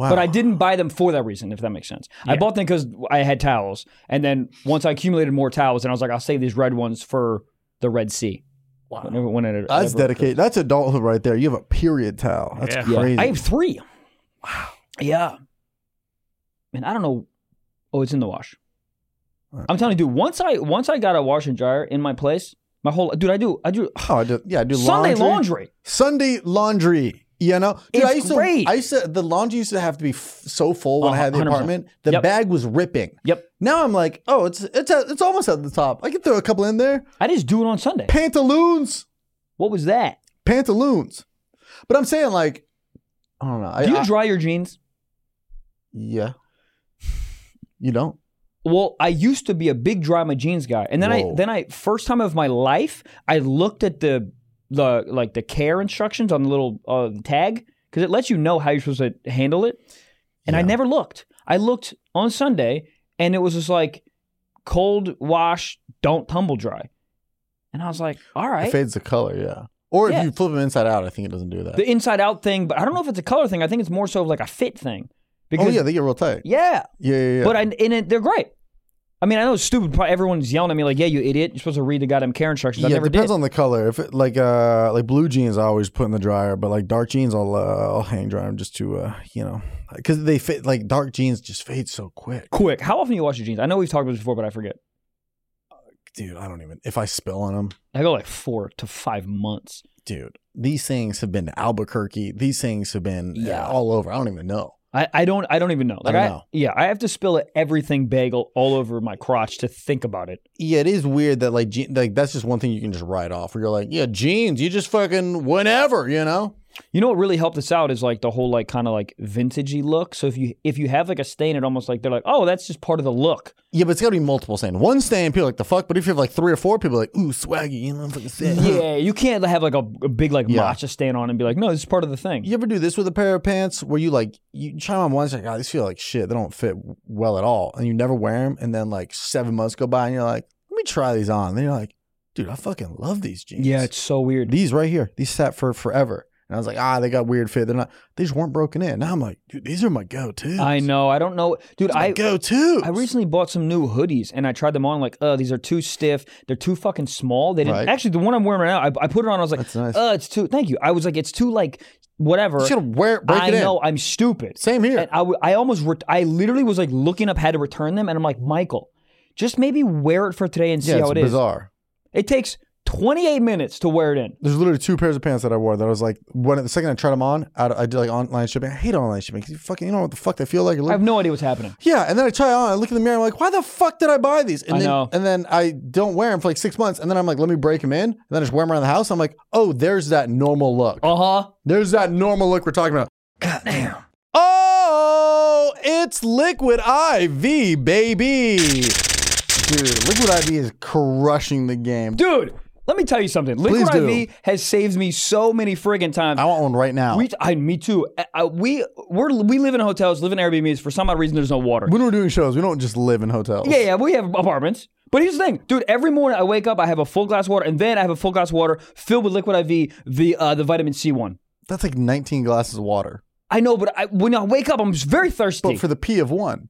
S1: But I didn't buy them for that reason, if that makes sense. I bought them because I had towels, and then once I accumulated more towels, and I was like, I'll save these red ones for the Red Sea. Wow, whenever, when it,
S2: Uh, That's
S1: ever-
S2: dedicated. That's adulthood right there. You have a period towel. That's
S3: Yeah.
S1: Yeah.
S2: crazy.
S1: I have three. Wow. Yeah. Man, I don't know. Oh, it's in the wash. I'm telling you, dude. Once I once I got a wash and dryer in my place, my whole dude. I do. I do.
S2: oh, I do, yeah, I do
S1: Sunday
S2: laundry.
S1: laundry.
S2: Sunday laundry. You know, Dude,
S1: It's
S2: I used to,
S1: great.
S2: I used to, the laundry used to have to be f- so full when I
S1: Oh,
S2: had the
S1: 100%.
S2: apartment. The
S1: Yep.
S2: bag was ripping.
S1: Yep.
S2: Now I'm like, oh, it's it's at, it's almost at the top. I can throw a couple in there.
S1: I just do it on Sunday.
S2: Pantaloons,
S1: What was that?
S2: pantaloons. But I'm saying like, I don't know. I,
S1: Do you
S2: I-
S1: dry your jeans?
S2: yeah. You don't.
S1: Well, I used to be a big dry my jeans guy, and then
S2: Whoa.
S1: I then I first time of my life I looked at the the like the care instructions on the little uh, tag because it lets you know how you're supposed to handle it, and I
S2: Yeah.
S1: never looked. I looked on Sunday, and it was just like cold wash, don't tumble dry, and I was like, all
S2: It
S1: right.
S2: fades the color. Yeah. Or if
S1: Yeah.
S2: you flip them inside out, I think it doesn't do that.
S1: The inside out thing, but I don't know if it's a color thing. I think it's more so of like a fit thing.
S2: oh
S1: Because
S2: yeah, they get real tight.
S1: yeah,
S2: Yeah, yeah, yeah.
S1: But I, and it, they're great. I mean, I know it's stupid. Probably everyone's yelling at me like, "Yeah, you idiot! You're supposed to read the goddamn care instructions." I
S2: yeah, it
S1: never
S2: depends
S1: did.
S2: on the color. If it, like uh like blue jeans, I always put in the dryer, but like dark jeans, I'll uh, I'll hang dry them just to uh you know because they fit like dark jeans just fade so quick,
S1: Quick, how often do you wash your jeans? I know we've talked about this before, but I forget.
S2: dude. I don't even if I spill on them,
S1: I go like four to five months.
S2: dude. These things have been to Albuquerque. These things have been yeah.
S1: Yeah.
S2: all over. I don't even know.
S1: I, I don't I don't even know. Like
S2: don't
S1: I,
S2: know.
S1: yeah, I have to spill a everything bagel all over my crotch to think about it.
S2: Yeah, it is weird that like je- like that's just one thing you can just write off. Where you're like, yeah, jeans. You just fucking whenever you know.
S1: You know what really helped us out is like the whole like kind of like vintagey look. So if you if you have like a stain, it almost like they're like, oh, that's just part of the look.
S2: Yeah, but it's got to be multiple stain. One stain, people are like the fuck. But if you have like three or four people, are like ooh swaggy, you know, fucking sick.
S1: Yeah, you can't have like a, a big like
S2: Yeah.
S1: matcha stain on and be like, no, this is part of the thing.
S2: You ever do this with a pair of pants where you like you try them on once, like, oh, these feel like shit. They don't fit well at all, and you never wear them. And then like seven months go by, and you're like, let me try these on. And then you're like, dude, I fucking love these jeans.
S1: Yeah, it's so weird.
S2: these right here. These sat for forever. And I was like, ah, they got weird fit. They're not. They just weren't broken in. Now I'm like, dude, these are my go-to.
S1: I know. I don't know, dude. I
S2: go-to.
S1: I recently bought some new hoodies and I tried them on. Like, uh, these are too stiff. They're too fucking small. They didn't
S2: Right.
S1: actually. The one I'm wearing right now, I, I put it on. I was like,
S2: That's nice.
S1: uh, it's too. Thank you. I was like, it's too like whatever.
S2: You should wear it. Break
S1: I
S2: it in.
S1: know. I'm stupid.
S2: Same here.
S1: And I, w- I almost, re- I literally was like looking up how to return them, and I'm like, Michael, just maybe wear it for today and see
S2: yeah, it's
S1: how it is.
S2: bizarre.
S1: It takes 28 minutes to wear it in.
S2: There's literally two pairs of pants that I wore that I was like, when the second I tried them on, I, I did like online shipping. I hate online shipping because you fucking you know what the fuck they feel like. It
S1: I
S2: look-
S1: have no idea what's happening.
S2: Yeah, and then I try it on. I look in the mirror. I'm like, why the fuck did I buy these? And
S1: I
S2: then,
S1: know.
S2: And then I don't wear them for like six months. And then I'm like, let me break them in. And then I just wear them around the house. I'm like, oh, there's that normal look.
S1: Uh huh.
S2: There's that normal look we're talking about. Goddamn. Oh, it's Liquid IV, baby. Dude, Liquid IV is crushing the game.
S1: Dude, let me tell you something. Liquid
S2: Please do.
S1: IV has saved me so many friggin' times.
S2: I want one right now.
S1: we, I, me too. I- I- we, we're, we live in hotels, live in Airbnbs. For some odd reason, there's no water.
S2: when we're doing shows, we don't just live in hotels.
S1: Yeah, yeah, we have apartments. But here's the thing, dude. Every morning I wake up, I have a full glass of water, and then I have a full glass of water filled with liquid IV, the uh, the vitamin C one.
S2: That's like 19 glasses of water.
S1: I know, but I, when I wake up, I'm just very thirsty.
S2: But for the P of one.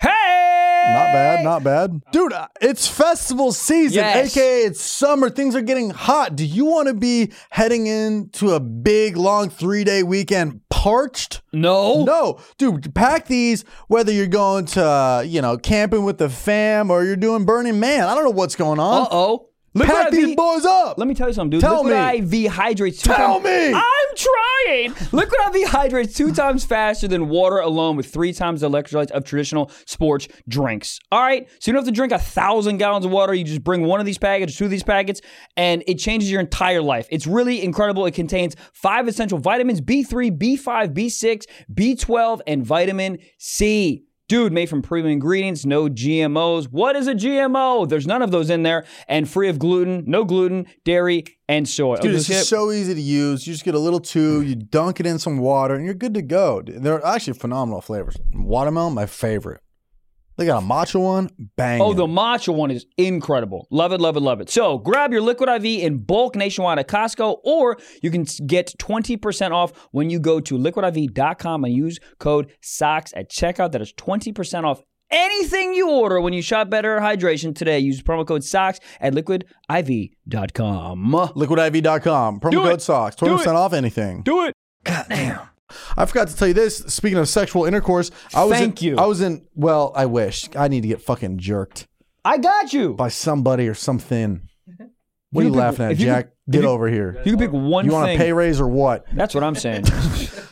S1: hey,
S2: Not bad, not bad. Dude, uh, it's festival season,
S1: Yes.
S2: aka it's summer. Things are getting hot. Do you want to be heading into a big, long three day weekend parched?
S1: No,
S2: No, dude, pack these whether you're going to, uh, you know, camping with the fam or you're doing Burning Man. I don't know what's going
S1: uh
S2: on.
S1: oh.
S2: Pack these boys up.
S1: Let me tell you something, dude.
S2: Tell
S1: Liquid IV hydrates two
S2: Tell
S1: times.
S2: me.
S1: I'm trying. Liquid IV hydrates two times faster than water alone with three times the electrolytes of traditional sports drinks. All right. So you don't have to drink a thousand gallons of water. You just bring one of these packets, two of these packets, and it changes your entire life. It's really incredible. It contains five essential vitamins B3, B5, B6, B12, and vitamin C. Dude, made from premium ingredients, no GMOs. What is a GMO? There's none of those in there, and free of gluten, no gluten, dairy, and soy.
S2: Dude,
S1: Oh, this
S2: it's just
S1: shit-
S2: so easy to use. You just get a little tube, you dunk it in some water, and you're good to go. dude. They're actually phenomenal flavors. Watermelon, my favorite. They got a matcha one, bang.
S1: Oh, the matcha one is incredible. Love it, love it, love it. So grab your Liquid IV in bulk nationwide at Costco, or you can s- get 20% off when you go to liquidiv.com and use code SOCKS at checkout. That is 20% off anything you order when you shop Better Hydration today. Use promo code SOCKS at liquidiv.com.
S2: liquidiv.com, promo
S1: Do
S2: code
S1: it.
S2: socks,
S1: Do
S2: 20%
S1: it.
S2: off anything.
S1: Do it.
S2: I forgot to tell you this. Speaking of sexual intercourse, I was
S1: Thank
S2: in,
S1: you.
S2: I was in. Well, I wish I need to get fucking jerked
S1: I got you.
S2: by somebody or something.
S1: You
S2: What are you
S1: pick-
S2: laughing at,
S1: if you
S2: Jack?
S1: could-
S2: get
S1: if you-
S2: over here.
S1: You can pick one
S2: You want a
S1: thing.
S2: pay raise or what?
S1: That's what I'm
S2: <laughs>
S1: saying.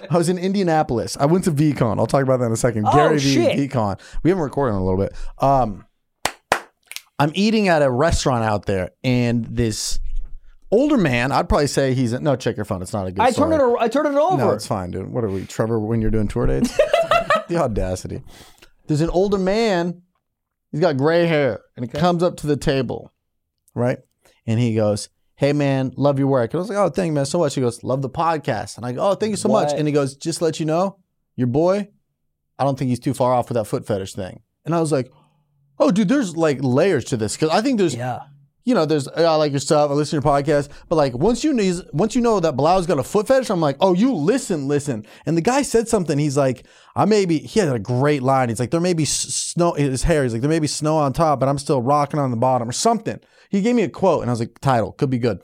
S2: I was in Indianapolis. I went to VCon. I'll talk about that in a second. Gary V
S1: Oh, shit.
S2: VCon. We haven't recorded in a little bit. Um, I'm eating at a restaurant out there, and this older man. I'd probably say he's no. Check your phone. It's not a good.
S1: I
S2: story.
S1: turned it. ar- I turned it over.
S2: No, it's fine, dude. What are we, Trevor? When you're doing
S1: <laughs>
S2: tour dates, the audacity. There's an older man. He's got gray hair, and he comes up to the table, right? And he goes, "Hey, man, love your work." And I was like, "Oh, thank you, man, so much." He goes, "Love the podcast," and I go, "Oh, thank you so much."
S1: What?
S2: And he goes, "Just to let you know, your boy, I don't think he's too far off with that foot fetish thing." And I was like, "Oh, dude, there's like layers to this because I think there's
S1: yeah.
S2: you know, there's I like your stuff. I listen to your podcast, but like once you know, once you know that Blau's got a foot fetish, I'm like, oh, you listen, listen. And the guy said something. He's like, I maybe he had a great line. He's like, there may be s- snow. His hair. He's like, there may be snow on top, but I'm still rocking on the bottom or something. He gave me a quote, and I was like, title could be good,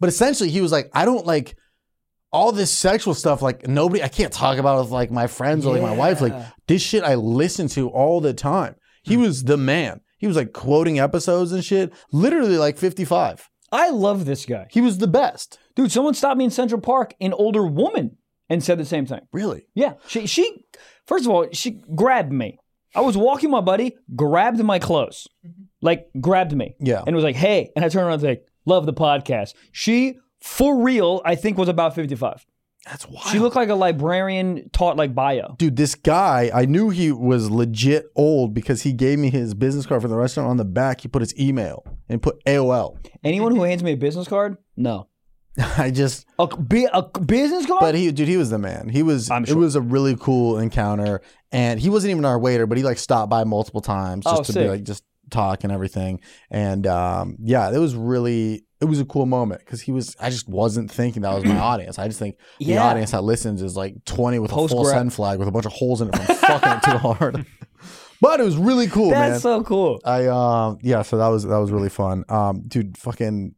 S2: but essentially he was like, I don't like all this sexual stuff. Like nobody, I can't talk about it with like my friends or like my wife. Like
S1: Yeah.
S2: this shit I listen to all the time. He was the man. He was like quoting episodes and shit. Literally like 55.
S1: I love this guy.
S2: He was the best.
S1: Dude, someone stopped me in Central Park, an older woman, and said the same thing.
S2: Really?
S1: Yeah. She she first of all, she grabbed me. I was walking my buddy, grabbed my clothes. Like grabbed me.
S2: Yeah.
S1: And was like, hey. And I turned around and was like, love the podcast. She for real, I think was about 55.
S2: That's wild.
S1: She looked like a librarian taught like bio.
S2: Dude, this guy, I knew he was legit old because he gave me his business card from the restaurant. On the back, he put his email and put AOL.
S1: Anyone who hands me a business card? No.
S2: <laughs> I just,
S1: A, bu- a business card?
S2: but he, dude, he was the man. He was,
S1: I'm
S2: it
S1: sure.
S2: was a really cool encounter. And he wasn't even our waiter, but he like stopped by multiple times just
S1: Oh,
S2: to be
S1: sick.
S2: like, just talk and everything. And um, yeah, it was really, it it was a cool moment because he was. I just wasn't thinking that
S1: <clears throat>
S2: was my audience. I just think the
S1: Yeah.
S2: audience that listens is like twenty with a full
S1: Post-grad-
S2: send flag with a bunch of holes in
S1: <laughs>
S2: it from fucking it too hard. <laughs> But it was really cool,
S1: That's
S2: man.
S1: so cool.
S2: I um yeah, so that was that was really fun. Um, dude, fucking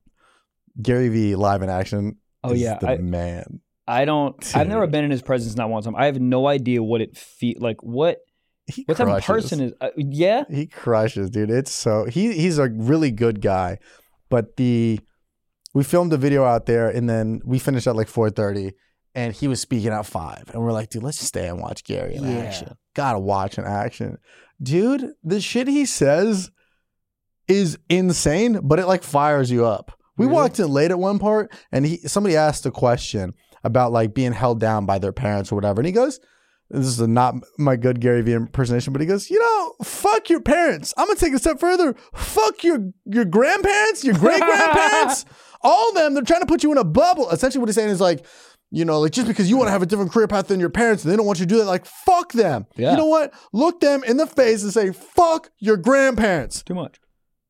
S2: Gary V live in action.
S1: Oh,
S2: is
S1: yeah,
S2: the
S1: I-
S2: man.
S1: I don't. I've never
S2: <laughs> Dude.
S1: been in his presence not one time. I have no idea what it feel like. What
S2: He
S1: what type of
S2: crushes.
S1: person is? Uh, yeah,
S2: He crushes, dude. It's so he he's a really good guy, but the we filmed a video out there and then we finished at like four thirty, and he was speaking at five, and we're like, dude, let's just stay and watch Gary in
S1: Yeah.
S2: action. Gotta watch in action, dude. The shit he says is insane, but it like fires you up. We
S1: Really?
S2: walked in late at one part, and he somebody asked a question about like being held down by their parents or whatever, and he goes, this is a not my good Gary Vee impersonation, but he goes, you know, fuck your parents. I'm gonna take it a step further. Fuck your your grandparents, your great grandparents, all of them. They're trying to put you in a bubble. Essentially, what he's saying is like, you know, like just because you want to have a different career path than your parents, and they don't want you to do that. Like, fuck them.
S1: Yeah.
S2: You know what? Look them in the face and say, fuck your grandparents.
S1: too much.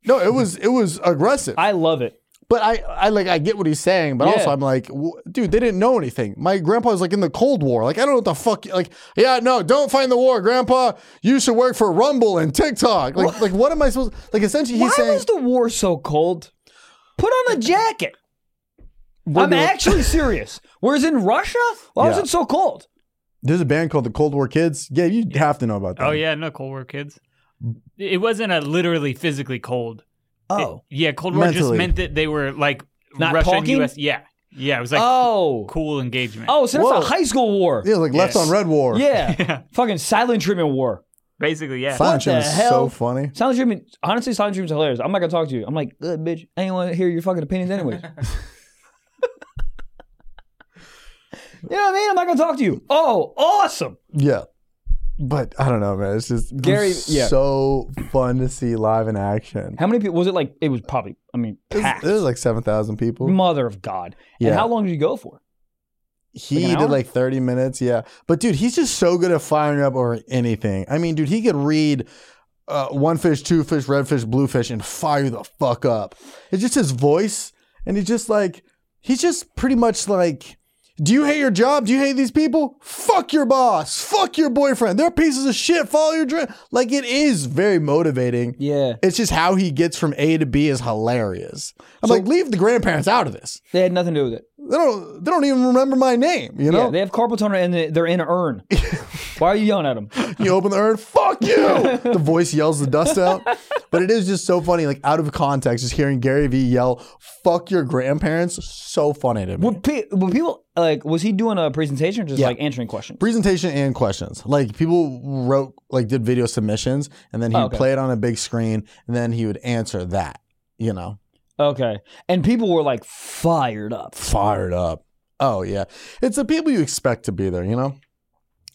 S2: No, it was it was aggressive.
S1: I love it.
S2: But I, I like, I get what he's saying, but
S1: Yeah.
S2: also I'm like, w- dude, they didn't know anything. My grandpa was like in the Cold War. Like, I don't know what the fuck. Like, yeah, no, don't fight the war, grandpa. You should work for Rumble and TikTok. Like, like what am I supposed? Like, essentially, he's
S1: Why
S2: saying,
S1: was the war so cold? Put
S2: <laughs>
S1: on a jacket. I'm
S2: the-
S1: actually serious. Whereas in Russia, why was
S2: Yeah.
S1: it so cold?
S2: there's a band called the Cold War Kids. Yeah, you have to know about that.
S3: Oh yeah, no Cold War kids. It wasn't a literally physically cold. It-
S2: Oh.
S3: yeah, Cold War just
S2: Mentally.
S3: meant that they were like
S1: Oh. Not
S3: Russia
S1: talking?
S3: and US. Yeah, yeah, it was like
S1: oh,
S3: cool engagement.
S1: oh, so
S2: Whoa.
S1: that's a high school war.
S2: Yeah, like Left
S3: Yes.
S2: on Red War.
S1: Yeah.
S2: <laughs>
S3: Yeah.
S1: fucking silent treatment war.
S3: basically, yeah.
S2: Silent
S1: What
S2: Treatment
S1: the
S2: is
S1: hell?
S2: so funny.
S1: Silent treatment. Honestly, silent treatment's hilarious. I'm not gonna talk to you. I'm like, good bitch. I ain't want to hear your fucking opinions
S2: <laughs>
S1: anyways. you know what I mean? I'm not gonna talk to you. Oh, awesome.
S2: Yeah. But I don't know, man. It's just
S1: Gary-
S2: Gary.
S1: yeah.
S2: So fun to see live in action.
S1: How many people was it? Like it was probably. I mean, packed.
S2: There's like seven thousand people.
S1: Mother of God.
S2: Yeah.
S1: And how long did you go for?
S2: He
S1: Like an hour?
S2: did like 30 minutes, yeah. But dude, he's just so good at firing up over anything. I mean, dude, he could read uh, one fish, two fish, red fish, blue fish, and fire you the fuck up. It's just his voice, and he's just like, he's just pretty much like, do you hate your job? Do you hate these people? Fuck your boss. Fuck your boyfriend. They're pieces of shit. Follow your dream. Like it is very motivating.
S1: Yeah.
S2: It's just how he gets from A to B is hilarious. I'm like, leave the grandparents out of this.
S1: They had nothing to do with it.
S2: They don't. They don't even remember my name. You know.
S1: Yeah, they have carpal tunnel and they- they're in an <laughs> urn. Why are you yelling at them?
S2: You open the urn, fuck you.
S1: <laughs>
S2: the voice yells the dust out. But it is just so funny, like out of context, just hearing Gary Vee yell, fuck your grandparents, so funny to me.
S1: Were, pe- were people like? Was he doing a presentation or just
S2: Yeah.
S1: like answering questions?
S2: Presentation and questions. Like people wrote, like did video submissions, and then he'd
S1: Oh, okay.
S2: play it on a big screen, and then he would answer that, you know,
S1: Okay. And people were like fired up.
S2: fired up. Oh, yeah. It's the people you expect to be there, you know?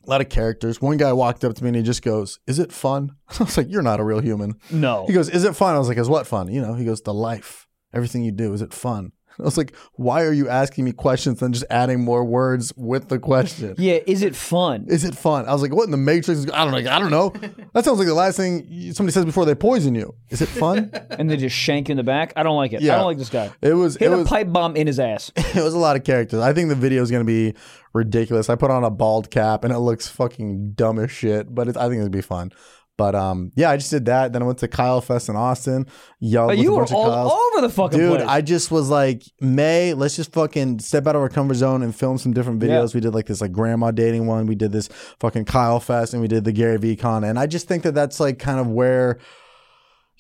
S2: A lot of characters. One guy walked up to me and he just goes, Is it fun? <laughs> I was like, You're not a real human.
S1: No.
S2: He goes, "Is it fun?" I was like, "Is what fun?" You know, he goes, "The life, everything you do, is it fun?" <laughs> I was like, "Why are you asking me questions than just adding more words with the question?"
S1: Yeah, is it fun?
S2: Is it fun? I was like, "What in the Matrix?" is- I don't know. I don't know. That sounds like the last thing you- somebody says before they poison you. Is it fun?
S1: <laughs> And they just shank you in the back. I don't like it. I
S2: Yeah.
S1: don't like this guy.
S2: It was.
S1: Hit
S2: It
S1: a
S2: was.
S1: pipe bomb in his ass.
S2: It was a lot of characters. I think the video is going to be ridiculous. I put on a bald cap and it looks fucking dumb as shit, but it, I think it'd be fun. But um, yeah, I just did that. Then I went to Kyle Fest in Austin. Yelled
S1: But
S2: with
S1: you
S2: a
S1: were
S2: bunch of Kyles.
S1: all over the fucking
S2: Dude,
S1: place.
S2: I just was like, May, let's just fucking step out of our comfort zone and film some different videos. We did like this like grandma dating one. We did this fucking Kyle Fest and we did the Gary Vee con. And I just think that that's like kind of where,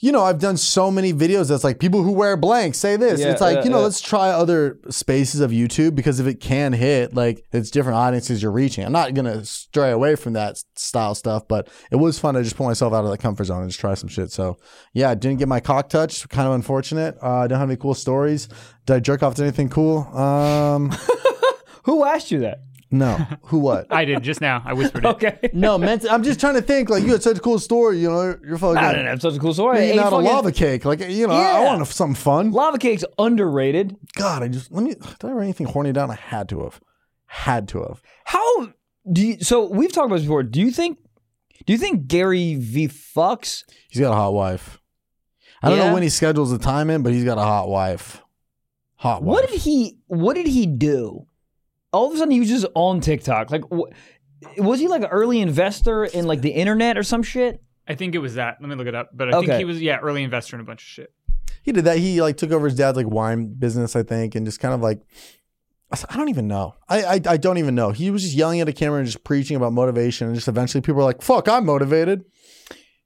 S2: you know, I've done so many videos that's like people who wear blank say this.
S1: Yeah,
S2: it's like,
S1: yeah,
S2: you know,
S1: yeah.
S2: let's try other spaces of YouTube because if it can hit, like it's different audiences you're reaching. I'm not going to stray away from that s- style stuff, but it was fun to just pull myself out of that comfort zone and just try some shit. So yeah, didn't get my cock touched. Kind of unfortunate. Uh, I don't have any cool stories. Did I jerk off to anything cool? Um,
S1: Who asked you that? <laughs>
S2: no. Who what?
S3: I did just now. I whispered it.
S1: Okay. <laughs>
S2: No, meant I'm just trying to think. Like you had such a cool story. You know, you're fucking.
S1: I didn't have such a cool story. I
S2: Eating
S1: ate
S2: out a
S1: fucking-
S2: lava cake, like you know, I- I
S1: Yeah.
S2: want something fun.
S1: Lava cake's underrated.
S2: God, I just let me. Did I write anything horny down? I had to have, had to have.
S1: How do you? So we've talked about this before. Do you think? Do you think Gary V fucks?
S2: He's got a hot wife. I don't
S1: Yeah.
S2: know when he schedules the time in, but he's got a hot wife. hot wife.
S1: What did he? What did he do? All of a sudden, he was just on TikTok. Like, wh- was he like an early investor in like the internet or some shit?
S3: I think it was that. Let me look it up. But I
S1: Okay.
S3: think he was yeah early investor in a bunch of shit.
S2: he did that. He like took over his dad's like wine business, I think, and just kind of like I don't even know. I I, I don't even know. He was just yelling at a camera and just preaching about motivation, and just eventually people were like, "Fuck, I'm motivated."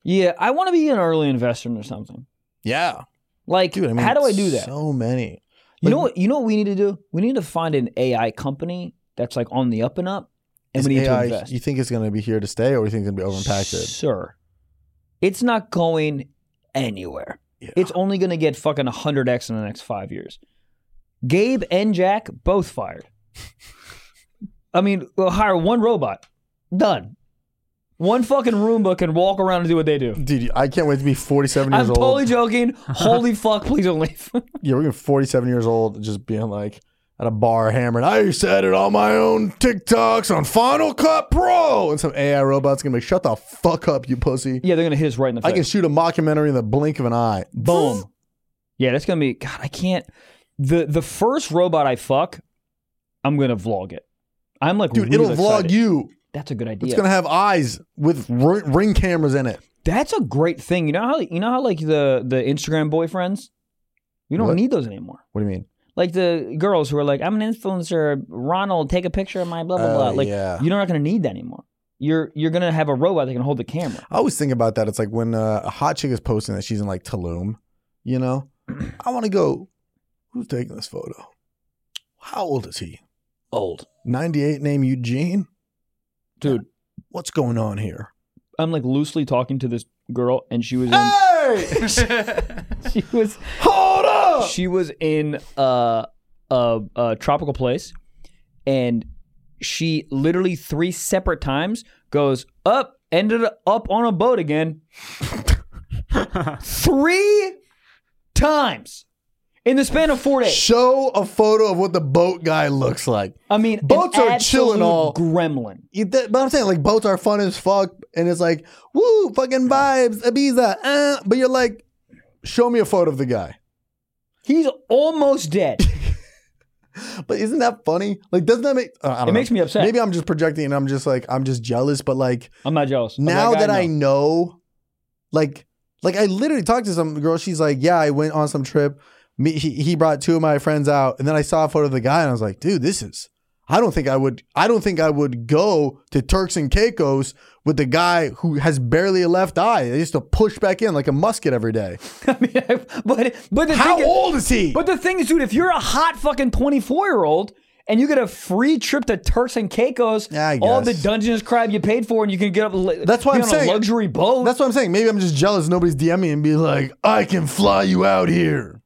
S1: Yeah, I want to be an early investor or something.
S2: Yeah,
S1: Like,
S2: dude. I mean,
S1: how do I do that?
S2: So many.
S1: you
S2: like-
S1: know what? You know what we need to do? We need to find an AI company that's like on the up and up, and
S2: Is
S1: we need
S2: AI,
S1: to invest.
S2: You think it's going to be here to stay, or you think it's going to be overimpacted?
S1: Sir, it's not going anywhere.
S2: Yeah.
S1: It's only going to get fucking 100x in the next five years. Gabe and Jack both
S2: <laughs>
S1: fired. I mean, we'll hire one robot. Done. One fucking Roomba can walk around and do what they do.
S2: Dude, I can't wait to be 47 years
S1: I'm
S2: old.
S1: totally joking.
S2: <laughs>
S1: Holy fuck, please don't leave.
S2: yeah, we're gonna be 47 years old, just being like at a bar hammering. I said it on my own TikToks on Final Cut Pro, and some AI robot's gonna be like, "Shut the fuck up, you pussy."
S1: yeah, they're going to hit us right in the face.
S2: I can shoot a mockumentary in the blink of an eye.
S1: Boom. yeah, that's gonna be God, I can't the the first robot I fuck, I'm gonna vlog it. I'm like
S2: Dude,
S1: real
S2: it'll vlog
S1: excited.
S2: you.
S1: That's a good idea.
S2: It's gonna have eyes with ri- ring cameras in it.
S1: That's a great thing. You know how you know how like the the Instagram boyfriends? You don't
S2: What?
S1: need those anymore.
S2: What do you mean?
S1: Like the girls who are like, I'm an influencer, Ronald, take a picture of my blah blah
S2: Oh,
S1: blah. Like
S2: yeah.
S1: you're not gonna need that anymore. You're you're gonna have a robot that can hold the camera.
S2: I always think about that. It's like when uh, a hot chick is posting that she's in like Tulum,
S1: <clears throat>
S2: you know? I want to go, who's taking this photo? How old is he?
S1: Old.
S2: 98, name Eugene?
S1: Dude,
S2: What's going on here?
S1: I'm like loosely talking to this girl and she was
S2: <laughs>
S1: in
S2: Hey!
S1: she was
S2: Hold up!
S1: she was in a, a, a tropical place and she literally three separate times goes up ended up on a boat
S2: <laughs>
S1: again three times in the span of four days
S2: Show a photo of what the boat guy looks like.
S1: i mean an
S2: Boats are chill and
S1: absolute
S2: all.
S1: gremlin
S2: You th- but I'm saying like boats are fun as fuck, and it's like woo fucking vibes, Ibiza. Uh, but you're like, show me a photo of the guy.
S1: he's almost dead
S2: But isn't that funny? Like, doesn't that make? Uh, I don't
S1: it makes me upset
S2: Maybe I'm just projecting, and I'm just like I'm just jealous. But like
S1: i'm not jealous I'm
S2: now
S1: like,
S2: Oh, that I
S1: know.
S2: know, like, like I literally talked to some girl. She's like, yeah, I went on some trip. Me, he, he brought two of my friends out, and then I saw a photo of the guy, and I was like, dude, this is. I don't think I would. I don't think I would go to Turks and Caicos with the guy who has barely a left eye. They used to push back in like a musket every day.
S1: <laughs> I mean, I- but but the
S2: How
S1: thing is-
S2: old is he?
S1: But the thing is, dude, if you're a hot fucking 24 year old and you get a free trip to Turks and Caicos,
S2: Yeah, I
S1: all the
S2: guess.
S1: Dungeness crab you paid for, and you can get up.
S2: That's
S1: why be
S2: what I'm
S1: on
S2: saying.
S1: A luxury boat.
S2: That's what I'm saying. Maybe I'm just jealous. Nobody's DMing me and be like, I can fly you out here.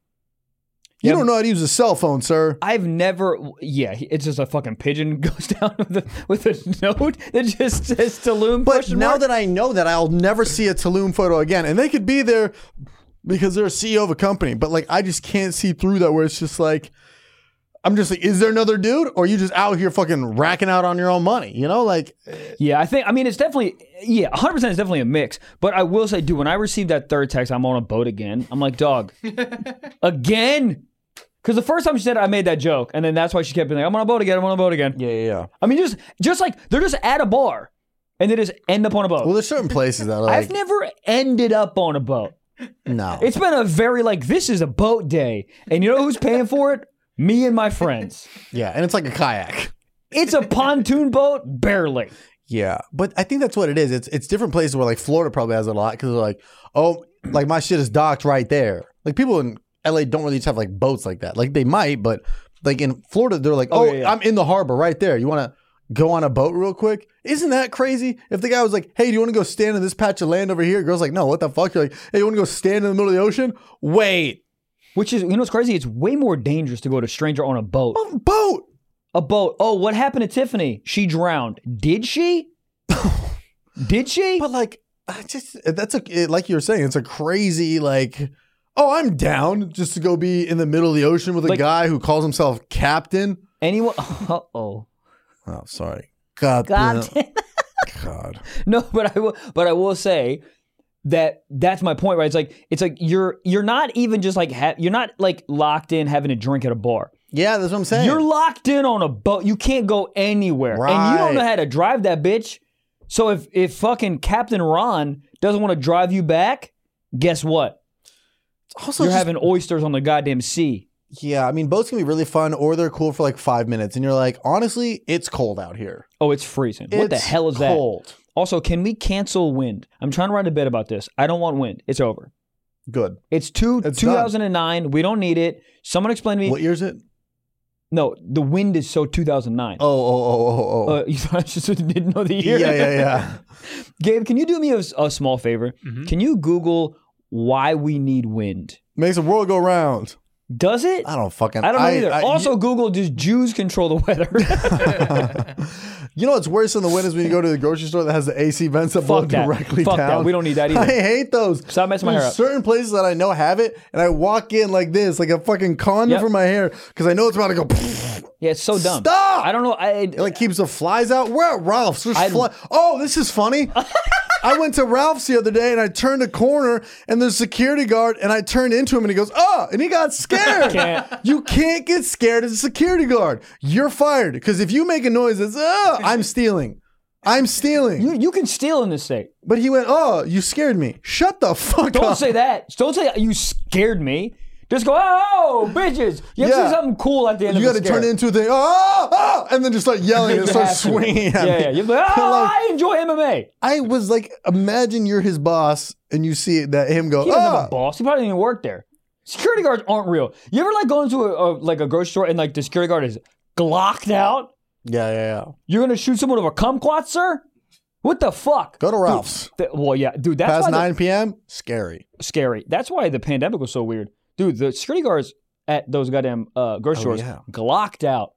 S2: You
S1: Yeah.
S2: don't know how to use a cell phone, sir.
S1: I've never. Yeah, he- it's just a fucking pigeon <laughs> goes down with a, with a note <laughs> that just says Tulum.
S2: But
S1: question
S2: now
S1: mark.
S2: that I know that, I'll never see a Tulum photo again. And they could be there because they're a CEO of a company. But like, I just can't see through that. Where it's just like, I'm just like, is there another dude, or you just out here fucking racking out on your own money? You know, like,
S1: Yeah, I think. I mean, it's definitely. Yeah, 100 percent is definitely a mix. But I will say, dude, when I received that third text, I'm on a boat again. I'm like, dog, again. Because the first time she said it, I made that joke, and then that's why she kept being like, "I'm on a boat again. I'm on a boat again."
S2: yeah, yeah. yeah.
S1: I mean, just just like they're just at a bar and they just end up on a boat.
S2: Well, there's certain places that are like,
S1: I've never ended up on a boat.
S2: no.
S1: It's been a very like this is a boat day, and you know who's paying for it? Me and my friends.
S2: yeah, and it's like a kayak.
S1: It's a pontoon boat, barely.
S2: Yeah, but I think that's what it is. It's it's different places where like Florida probably has it a lot because they're like, oh, like my shit is docked right there. Like people in LA don't really just have like boats like that. Like they might, but like in Florida they're like, oh,
S1: Oh, yeah, yeah.
S2: I'm in the harbor right there. You want to go on a boat real quick? Isn't that crazy? If the guy was like, hey, do you want to go stand in this patch of land over here? Girl's like, no, what the fuck? You're like, hey, you want to go stand in the middle of the ocean? Wait,
S1: Which is you know what's crazy? It's way more dangerous to go to a stranger on a boat.
S2: a boat.
S1: A boat. Oh, what happened to Tiffany? She drowned. Did
S2: <laughs>
S1: she? Did she?
S2: But like, I just eh, that's a it, like you were saying, it's a crazy like. Oh, I'm down just to go be in the middle of the ocean with a
S1: Like-
S2: guy who calls himself captain.
S1: Anyone? <laughs> Uh oh.
S2: Oh, sorry, captain.
S1: God.
S2: God.
S1: <laughs> No, but I will. But I will say, that that's my point, right? It's like it's like you're you're not even just like ha- you're not like locked in having a drink at a bar.
S2: Yeah, that's what I'm saying.
S1: You're locked in on a boat. You can't go anywhere, and you don't know
S2: Right.
S1: how to drive that bitch. So if if fucking Captain Ron doesn't want to drive you back, guess what?
S2: also
S1: You're
S2: just-
S1: having oysters on the goddamn sea.
S2: yeah, I mean, boats can be really fun, or they're cool for like five minutes, and you're like, honestly, it's cold out here.
S1: Oh, it's freezing. what the
S2: It's
S1: hell is
S2: cold.
S1: that? Also, can we cancel wind? I'm trying to write a bit about this. I don't want wind. It's over.
S2: Good.
S1: It's two
S2: It's done.
S1: 2009. We don't need it. Someone explain to me.
S2: What year is it?
S1: No, the wind is so 2009.
S2: Oh, oh, oh,
S1: <laughs>
S2: oh, oh.
S1: Uh, you thought I just didn't know the
S2: yeah,
S1: year?
S2: yeah, yeah.
S1: <laughs> Gabe, can you do me a, a small favor? Can you Google why we need wind?
S2: Makes the world go round.
S1: Does it?
S2: I don't fucking.
S1: I don't know either.
S2: Uh, I-
S1: also, Google does Jews control the weather? <laughs>
S2: You know what's worse than the wind is when you go to the grocery store that has the AC vents that blow
S1: Fuck that.
S2: directly
S1: Fuck that.
S2: down.
S1: We don't need that either.
S2: <laughs> I hate those.
S1: Stop messing my
S2: There's
S1: hair up.
S2: Certain places that I know have it, and I walk in like this, like a fucking condom
S1: Yep.
S2: for my hair, because I know it's about to go.
S1: yeah,
S2: <laughs>
S1: it's so dumb.
S2: Stop!
S1: I don't know. I,
S2: It like keeps the flies out. We're at Ralph's. There's
S1: I-
S2: fly- oh, this is funny. I went to Ralph's the other day and I turned a corner and there's a security guard and I turned into him and he goes, oh, and he got
S1: <laughs>
S2: scared.
S1: Can't.
S2: You can't get scared as a security guard. You're fired because if you make a noise, it's, oh, I'm stealing. I'm stealing.
S1: you, you can steal in this state.
S2: but he went, oh, you scared me. Shut the fuck
S1: Don't
S2: up.
S1: say that. Don't say you scared me. Just go, oh, bitches. You have to
S2: Yeah.
S1: say something cool at the end
S2: you
S1: of
S2: got
S1: the
S2: to turn it into a thing, oh, oh, and then just start yelling
S1: <laughs>
S2: and
S1: You
S2: start
S1: have to.
S2: swinging
S1: Yeah,
S2: at me.
S1: yeah. You're like, oh,
S2: Like-
S1: I enjoy MMA.
S2: I was like, imagine you're his boss and you see that him go,
S1: He doesn't have
S2: oh,
S1: a boss. He probably didn't even work there. Security guards aren't real. You ever like go into a, a like a grocery store and like the security guard is glocked out?
S2: yeah, yeah, yeah.
S1: You're gonna shoot someone with a kumquat, sir? What the fuck?
S2: Go to Ralph's.
S1: Th- well, yeah, dude. That's
S2: Past
S1: why the-
S2: 9 p.m., scary.
S1: scary. That's why the pandemic was so weird, dude. The security guards at those goddamn uh, grocery
S2: Oh,
S1: stores
S2: yeah.
S1: glocked out.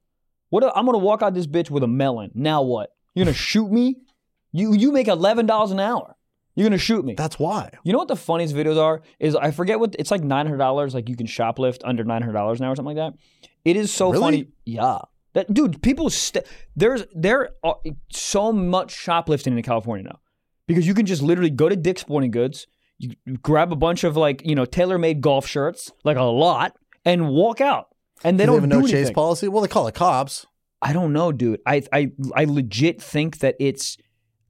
S1: What? A, I'm gonna walk out this bitch with a melon. Now what? You're gonna shoot me? You you make eleven dollars an hour. You're gonna shoot me.
S2: That's why.
S1: You know what the funniest videos are? Is I forget what it's like nine hundred dollars. Like you can shoplift under nine hundred dollars now or something like that. It is so
S2: Really?
S1: funny. Yeah, that dude. People st- there's there are so much shoplifting in California now because you can just literally go to Dick's Sporting Goods, you grab a bunch of like you know tailor made golf shirts, like a lot, and walk out. And they
S2: They
S1: don't
S2: don't have a
S1: do
S2: no
S1: anything.
S2: chase policy. Well, they call it cops.
S1: I don't know, dude. I I I legit think that it's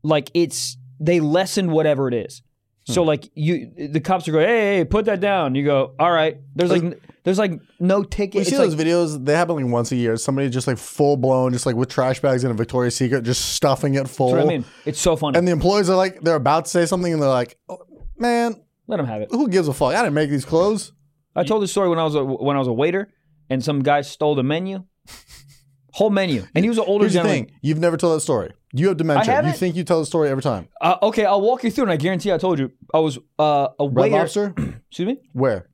S1: like it's they lessen whatever it is.
S2: Hmm.
S1: So like you, the cops are going, hey, hey, put that down. You go, all right. There's like n- there's like no ticket.
S2: You
S1: It's
S2: see
S1: like,
S2: those videos? They happen like once a year. Somebody just like full blown, just like with trash bags in a Victoria's Secret, just stuffing it full.
S1: that's what I mean, it's so funny.
S2: And the employees are like, they're about to say something and they're like, oh, man,
S1: Let them have it.
S2: who gives a fuck? I didn't make these clothes.
S1: I told this story when I was a, when I was a waiter, and some guy stole the menu, whole menu, and he was an older
S2: Here's the
S1: gentleman.
S2: thing you've never told that story. You have dementia. You
S1: haven't?
S2: think you tell the story every time.
S1: Uh, okay, I'll walk you through, and I guarantee I told you I was uh, a
S2: Red
S1: waiter.
S2: Lobster?
S1: Excuse me,
S2: Where?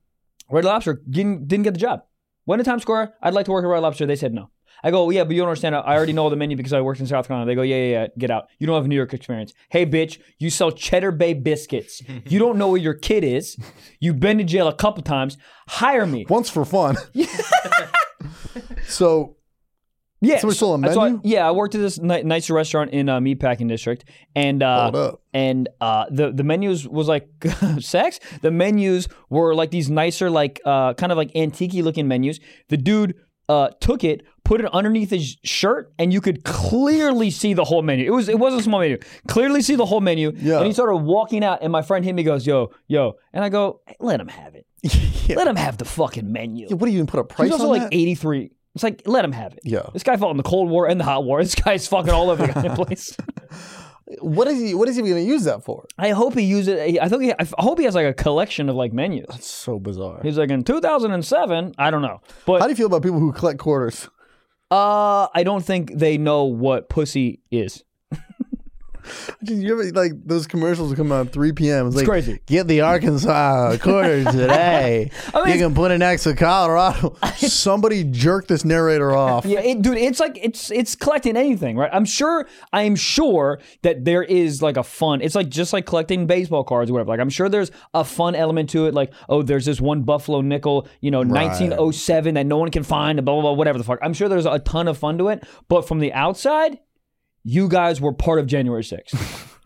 S1: Red Lobster didn't, didn't get the job. Went to Times Square. I'd like to work at Red Lobster. They said no. I go, yeah, but you don't understand. I already know the menu because I worked in South Carolina. They go, yeah, yeah, yeah, get out. You don't have New York experience. Hey, bitch, you sell Cheddar Bay biscuits. You don't know where your kid is. You've been to jail a couple times. Hire me.
S2: Once
S1: <laughs>
S2: for fun. so
S1: Yeah,
S2: Somebody stole a
S1: so I-
S2: menu?
S1: yeah, I worked at this ni- nice restaurant in uh, Meatpacking District, and
S2: Hold
S1: uh,
S2: up.
S1: and uh, the the menus was like <laughs> sex. The menus were like these nicer, like uh, kind of like antique looking menus. The dude uh, took it, put it underneath his shirt, and you could clearly see the whole menu. It was it was a small menu, clearly see the whole menu.
S2: Yeah.
S1: And he started walking out, and my friend hit me, goes, "Yo, yo," and I go, "Let him have
S2: <laughs>
S1: it. Let him have the fucking menu."
S2: what do you even put a price
S1: He's
S2: on
S1: also like
S2: that?
S1: 83. It's like, let him have it.
S2: Yeah.
S1: This guy fought in the Cold War and the Hot War. This guy's fucking all over the
S2: <laughs>
S1: goddamn place.
S2: What is he? What is he going to use that for?
S1: I hope he used it. I think he, I hope he has like a collection of like menus.
S2: That's so bizarre.
S1: He's like in 2007. I don't know, but
S2: How do you feel about people who collect quarters? <laughs>
S1: uh, I don't think they know what pussy is.
S2: Dude, you ever like those commercials come on 3 p.m. It's, like,
S1: crazy.
S2: Get the <laughs> Arkansas quarter today.
S1: I mean,
S2: you can put it next to <laughs> Colorado. Somebody jerk this narrator off.
S1: Yeah, it, dude, it's like it's it's collecting anything, right? I'm sure I am sure that there is like a fun. It's like just like collecting baseball cards or whatever. Like I'm sure there's a fun element to it. Like oh, there's this one Buffalo nickel, you know, 1907 that no one can find, and blah blah blah, whatever the fuck. I'm sure there's a ton of fun to it, but from the outside,
S3: <laughs>
S1: you guys were part of January 6th.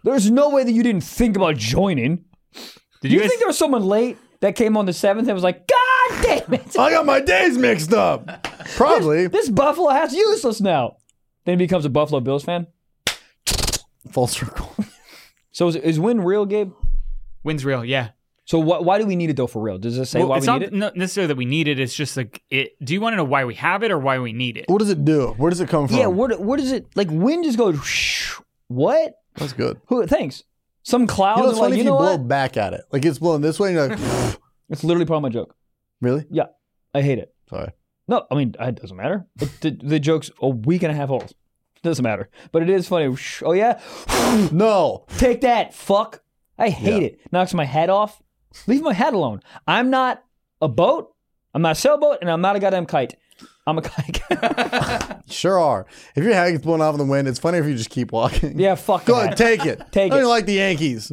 S1: there's no way that you didn't think about joining.
S3: Did
S1: Do
S3: you,
S1: you
S3: guys?
S1: think there was someone late that came on the seventh and was like, God damn it,
S2: I got my days mixed up. Probably.
S1: this Buffalo hat's useless now? Then he becomes a Buffalo Bills fan.
S2: Full circle.
S1: So is, is win real, Gabe?
S3: Wins real, yeah.
S1: So wh- why do we need it though for real? Does it say
S3: Well,
S1: why
S3: it's
S1: we
S3: not
S1: need it?
S3: no- necessarily that we need it. It's just like it. Do you want to know why we have it or why we need it?
S2: What does it do? Where does it come from?
S1: Yeah, what what is it like? Wind just goes. Shh, what?
S2: That's good.
S1: Who? Thanks. Some clouds.
S2: You know, it's
S1: are like,
S2: funny
S1: you
S2: if you
S1: know
S2: blow
S1: what?
S2: back at it. Like it's blowing this way, and you're like,
S1: It's literally part of my joke.
S2: really?
S1: I hate it.
S2: Sorry.
S1: No, I mean it doesn't matter. It, the, the joke's a week and a half old. Doesn't matter. But it is funny. Shh, Oh yeah,
S2: No.
S1: take that, fuck. I hate
S2: Yeah.
S1: it. Knocks my hat off. Leave my hat alone. I'm not a boat. I'm not a sailboat, and I'm not a goddamn kite. I'm a <laughs> kite.
S2: Sure are. If your hat gets blown off in the wind, it's funny if you just keep walking.
S1: yeah, fuck.
S2: Go
S1: that.
S2: ahead, take it.
S1: <laughs> Take
S2: I don't
S1: it.
S2: like the Yankees.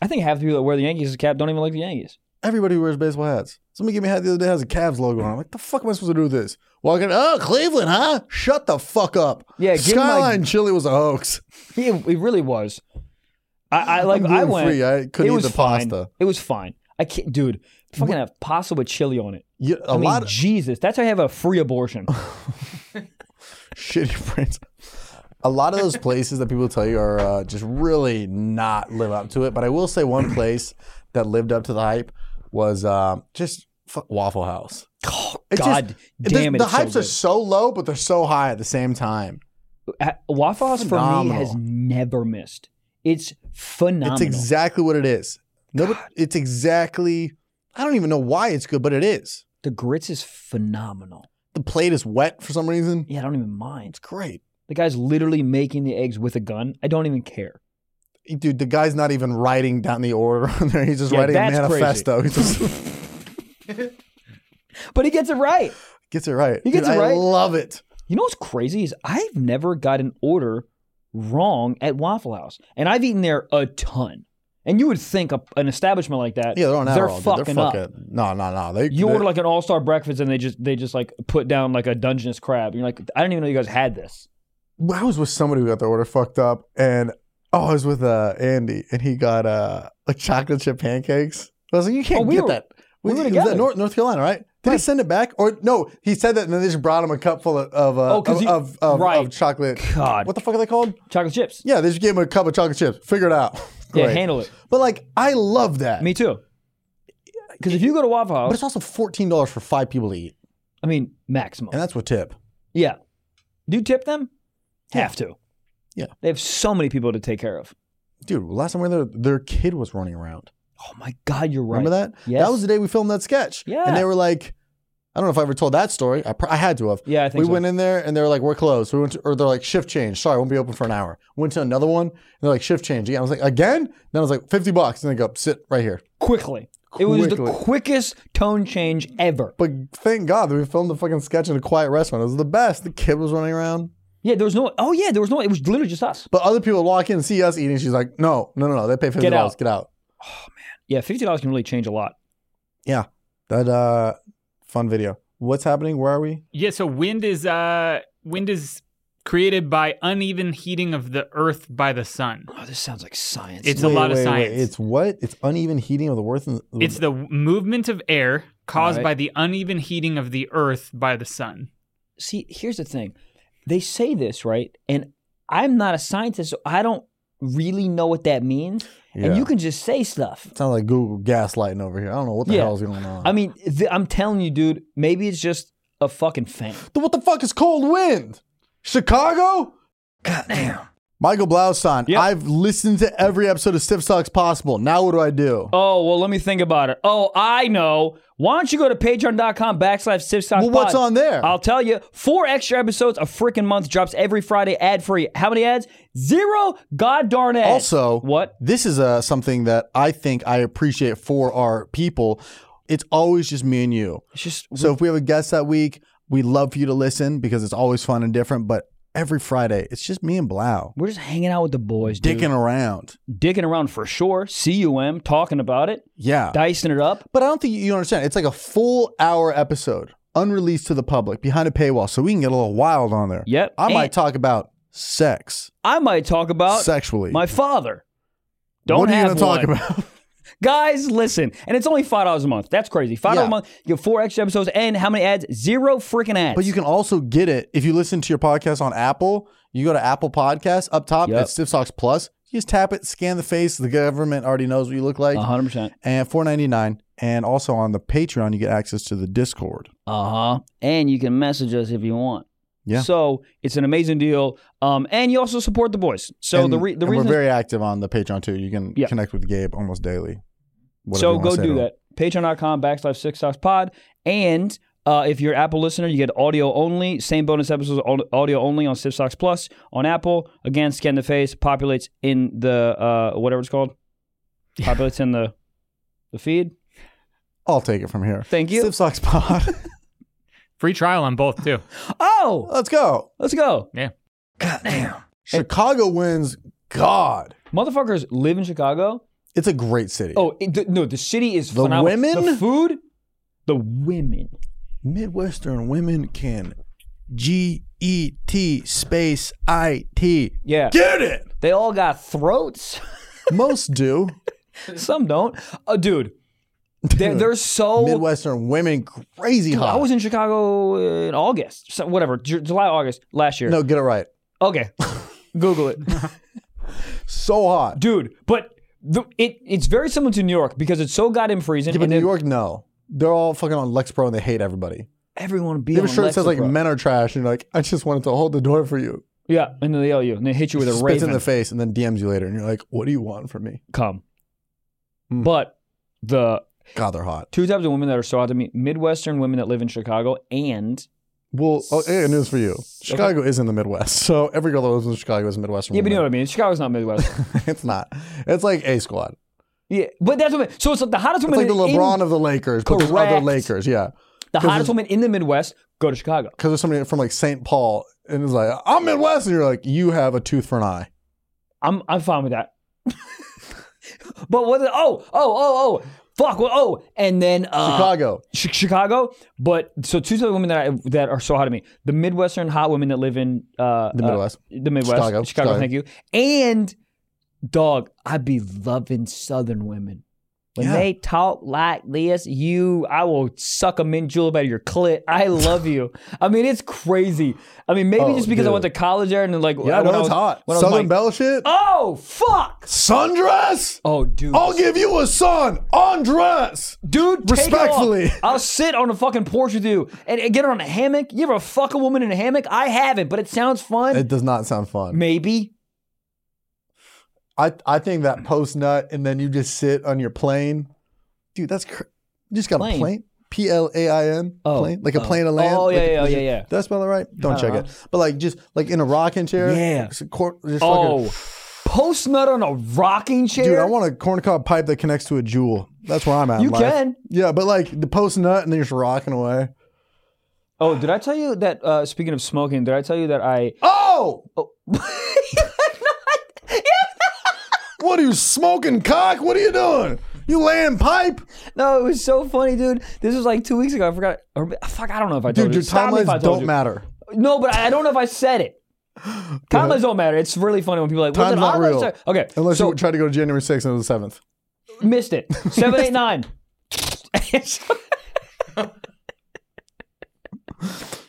S1: I think half the people that wear the Yankees cap don't even like the Yankees.
S2: Everybody wears baseball hats. Somebody gave me a hat the other day that has a Cavs logo on. it. Like, the fuck am I supposed to do with this? Walking, oh Cleveland, huh? Shut the fuck up.
S1: Yeah, give me my-
S2: Skyline Chili was a hoax.
S1: Yeah, it really was. I, I like.
S2: I'm
S1: I went.
S2: gluten-free. I couldn't
S1: it
S2: eat
S1: was
S2: the
S1: fine.
S2: pasta.
S1: It was fine. I can't, dude. Fucking have pasta with chili on it.
S2: You,
S1: I
S2: a
S1: mean,
S2: lot of
S1: Jesus, that's how you have a free abortion.
S2: <laughs> shitty brains. A lot of those places that people tell you are uh, just really not live up to it. But I will say one place that lived up to the hype was um, just f- Waffle House.
S1: Oh,
S2: It's just-
S1: God damn it!
S2: the, The
S1: it's so
S2: hypes are
S1: good.
S2: so low, but they're so high at the same time.
S1: Uh, Waffle House for me
S2: Phenomenal.
S1: has never missed. It's phenomenal.
S2: It's exactly what it is. No, but it's exactly. I don't even know why it's good, but it is.
S1: the grits is phenomenal.
S2: The plate is wet for some reason.
S1: Yeah, I don't even mind.
S2: It's great,
S1: The guy's literally making the eggs with a gun. I don't even care.
S2: dude. The guy's not even writing down the order on there. He's just
S1: Yeah,
S2: writing a
S1: that's crazy.
S2: manifesto. He just <laughs>
S1: But he gets it right.
S2: gets it right.
S1: He gets
S2: Dude,
S1: it
S2: I
S1: right.
S2: love it.
S1: You know what's crazy is I've never got an order wrong at Waffle House, and I've eaten there a ton. And you would think a, an establishment like that,
S2: Yeah, they're on
S1: they're,
S2: Adderall,
S1: fucking
S2: dude.
S1: up.
S2: They're fucking. No, no, no. They,
S1: You
S2: they-
S1: order like an all-star breakfast, and they just they just like put down like a Dungeness crab. You're like, I didn't even know you guys had this.
S2: I was with somebody who got their order fucked up, and oh, I was with uh, Andy, and he got uh, like chocolate chip pancakes. I was like, you can't
S1: Oh, we
S2: get
S1: were-
S2: that.
S1: we were
S2: it was
S1: together.
S2: at North, North Carolina, right? Did he send it back? Or no, he said that, and then they just brought him a cup full of of uh,
S1: Oh, 'cause
S2: of,
S1: he-
S2: of, of,
S1: right.
S2: of chocolate.
S1: God.
S2: what the fuck are they called?
S1: Chocolate chips.
S2: Yeah, they just gave him a cup of chocolate chips. Figure it out. <laughs>
S1: Yeah,
S2: Great.
S1: handle it.
S2: But like, I love that.
S1: Me too. Because if you go to Waffle
S2: but
S1: House,
S2: it's also fourteen dollars for five people to eat,
S1: I mean maximum.
S2: and that's with tip.
S1: Yeah. Do you tip them? Have to.
S2: Yeah.
S1: They have so many people to take care of.
S2: Dude, last time we were there, their kid was running around.
S1: Oh my God, you're right.
S2: Remember that?
S1: Yes.
S2: That was the day we filmed that sketch.
S1: Yeah.
S2: And they were like, I don't know if I ever told that story. I, pr- I had to have.
S1: Yeah, I think
S2: We
S1: so.
S2: went in there and they were like, we're closed. We went to, or they're like, shift change. Sorry, won't be open for an hour. Went to another one and they're like, shift change. Yeah. I was like, again? Then I was like, 50 bucks. And they go, sit right here.
S1: quickly. It was the
S2: Quickly.
S1: quickest tone change ever.
S2: But thank God that we filmed the fucking sketch in a quiet restaurant. It was the best. The kid was running around.
S1: Yeah, there was no. Oh yeah, there was no. It was literally just us.
S2: But other people walk in and see us eating. She's like, no, no, no, no. They pay $50.
S1: Get out.
S2: Get out.
S1: Yeah, fifty dollars can really change a lot.
S2: Yeah. That uh, fun video. What's happening? Where are we?
S3: Yeah, so wind is uh wind is created by uneven heating of the earth by the sun.
S1: Oh, this sounds like science.
S3: It's a lot of science.
S2: It's what? It's uneven heating of the earth. and-
S3: It's the movement of air caused
S1: Alright.
S3: by the uneven heating of the earth by the sun.
S1: see. Here's the thing. They say this right, and I'm not a scientist, so I don't really know what that means.
S2: Yeah.
S1: And you can just say stuff.
S2: Sounds like Google gaslighting over here. I don't know what the
S1: Yeah.
S2: hell's going on.
S1: I mean, th- I'm telling you, dude. Maybe it's just a fucking fan.
S2: Th- what the fuck is cold wind? Chicago?
S1: Damn.
S2: Michael Blaustein,
S1: Yep.
S2: I've listened to every episode of Stiff Socks Possible. Now what do I do?
S1: Oh well, let me think about it. Oh, I know. Why don't you go to patreon.com backslash sip
S2: well, what's on there?
S1: I'll tell you, four extra episodes a freaking month drops every Friday ad free. How many ads? Zero god darn ads.
S2: also,
S1: what?
S2: This is uh, something that I think I appreciate for our people. It's always just me and you.
S1: It's just
S2: So if we have a guest that week, we love for you to listen because it's always fun and different. But every Friday, it's just me and Blau
S1: we're just hanging out with the boys, dude.
S2: dicking around.
S1: dicking around for sure. cum talking about it,
S2: Yeah.
S1: dicing it up.
S2: But I don't think you understand. It's like a full hour episode, unreleased to the public, behind a paywall, so we can get a little wild on there.
S1: Yep.
S2: I
S1: And
S2: might talk about sex
S1: I might talk about
S2: sexually.
S1: my father. Don't
S2: what are you
S1: have
S2: gonna talk
S1: one.
S2: about? <laughs>
S1: Guys, listen. And it's only $5 a month. That's crazy. $5
S2: Yeah.
S1: a month. You get four extra episodes and how many ads? Zero freaking ads.
S2: But you can also get it if you listen to your podcast on Apple. You go to Apple Podcasts up top
S1: Yep.
S2: at Stiff Socks Plus. You just tap it, scan the face. The government already knows what you look like.
S1: 100%.
S2: And four ninety nine. And also on the Patreon, you get access to the Discord.
S1: Uh huh. And you can message us if you want.
S2: Yeah.
S1: So it's an amazing deal. Um, and you also support the boys. So
S2: And-
S1: the re- the
S2: and
S1: reason
S2: we're very active on the Patreon too. You can
S1: Yeah.
S2: connect with Gabe almost daily. Whatever you
S1: so
S2: wanna
S1: go
S2: say to
S1: do
S2: him.
S1: that. Patreon.com backslash Six Socks Pod. And uh, if you're an Apple listener, you get audio only. Same bonus episodes, au- audio only on Six Socks Plus on Apple. Again, scan the face, populates in the uh, whatever it's called, populates in the the feed.
S2: I'll take it from here.
S1: Thank you.
S2: Stiff Socks Pod. <laughs>
S3: Free trial on both too.
S1: Oh,
S2: Let's go.
S1: let's go.
S2: Chicago wins. God,
S1: Motherfuckers live in Chicago.
S2: it's a great city.
S1: Oh it, the, no, the city is
S2: The
S1: phenomenal.
S2: women?
S1: the food, the women.
S2: Midwestern women can G E T space I T.
S1: Yeah,
S2: Get it.
S1: they all got
S2: <laughs>
S1: throats. <laughs>
S2: Most do.
S1: Some don't. Uh, dude, they're, they're so.
S2: Midwestern women crazy
S1: I
S2: hot.
S1: was in Chicago in August, so whatever, Ju- July, August last year.
S2: no, get it right. <laughs>
S1: Okay, Google it,
S2: So hot.
S1: dude. But the, it it's very similar to New York because it's so goddamn freezing.
S2: Yeah, but
S1: and
S2: New
S1: then
S2: York, no. They're all fucking on Lexapro and they hate everybody.
S1: everyone be
S2: They have
S1: on
S2: a shirt that says like
S1: Lexapro.
S2: "Men are trash" and you're like, "I just wanted to hold the door for you."
S1: yeah, and they yell you and they hit you with a
S2: Spits
S1: raven.
S2: in the face and then DMs you later, and you're like, "What do you want from me?"
S1: Come,
S2: Mm.
S1: but the
S2: God, they're hot.
S1: two types of women that are so out to me: Midwestern women that live in Chicago and
S2: Well, oh, hey, news for you. Chicago is in the Midwest, so every girl that lives in Chicago is Midwestern.
S1: yeah, but you know
S2: woman.
S1: what I mean. Chicago's not Midwest.
S2: <laughs> it's not. It's like a squad.
S1: Yeah, but that's what. So it's like the hottest
S2: It's
S1: woman.
S2: like the
S1: in-
S2: LeBron of the Lakers, but there's other
S1: Correct.
S2: Lakers. Yeah,
S1: the
S2: 'cause
S1: hottest
S2: it's-
S1: woman in the Midwest go to Chicago.
S2: because there's somebody from like St. Paul, and it's like, "I'm Midwest," and you're like, "You have a tooth for an eye."
S1: I'm I'm fine with that. <laughs> but what? Oh oh oh oh. Fuck. Well, oh, and then uh,
S2: Chicago.
S1: Chi- Chicago. But so two other women that I, that are so hot to me: the Midwestern hot women that live in uh,
S2: The
S1: uh,
S2: Midwest.
S1: the Midwest, Chicago,
S2: Chicago, Chicago.
S1: Thank you. And dog, I be loving Southern women. When
S2: Yeah.
S1: they talk like this, you, I will suck a mint julep out of your clit. I love you. I mean, it's crazy. I mean, maybe
S2: Oh,
S1: just because I went to
S2: dude.
S1: college there and like,
S2: yeah,
S1: when
S2: no,
S1: I
S2: it's
S1: was-
S2: hot.
S1: when I was,
S2: Southern
S1: like-
S2: Belle shit.
S1: Oh fuck!
S2: Sundress.
S1: Oh dude,
S2: I'll give you a son. Undress.
S1: dude, take it off.
S2: Respectfully.
S1: I'll sit on a fucking porch with you and and get on a hammock. You ever fuck a woman in a hammock? I haven't, but it sounds fun.
S2: It does not sound fun.
S1: Maybe.
S2: I I think that post nut and then you just sit on your plane, dude. That's cr- you just got
S1: Plane?
S2: a plane. P L A I N,
S1: Oh,
S2: plane, like a
S1: oh.
S2: plane of land.
S1: Oh, yeah,
S2: like-
S1: yeah,
S2: like-
S1: yeah, yeah.
S2: Did I spell it right? Don't
S1: I
S2: check
S1: don't
S2: it. But like just like in a rocking chair.
S1: Yeah.
S2: just cor- just
S1: Oh,
S2: fucking-
S1: post nut on a rocking chair.
S2: dude, I want a corncob pipe that connects to a jewel. That's where I'm at. in
S1: You
S2: life.
S1: can.
S2: Yeah, but like the post nut and then you're just rocking away.
S1: Oh, did I tell you that? Uh, speaking of smoking, did I tell you that I?
S2: Oh,
S1: Oh. <laughs>
S2: what are you smoking, cock? What are you doing? You laying pipe?
S1: no, it was so funny, dude. This was like two weeks ago. I forgot. Or, fuck, I don't know if I told
S2: Dude,
S1: you.
S2: your
S1: Stop me if I
S2: timelines
S1: told
S2: don't
S1: you.
S2: matter.
S1: No, but I I don't know if I said
S2: <sighs>
S1: it. Timelines don't matter. It's really funny when people are like, was
S2: Time's
S1: it
S2: not
S1: on or
S2: real.
S1: sorry? Okay,
S2: Unless
S1: so
S2: you try to go to January 6th and it was the 7th.
S1: missed
S2: <laughs>
S1: it. Seven, eight, nine. <laughs> so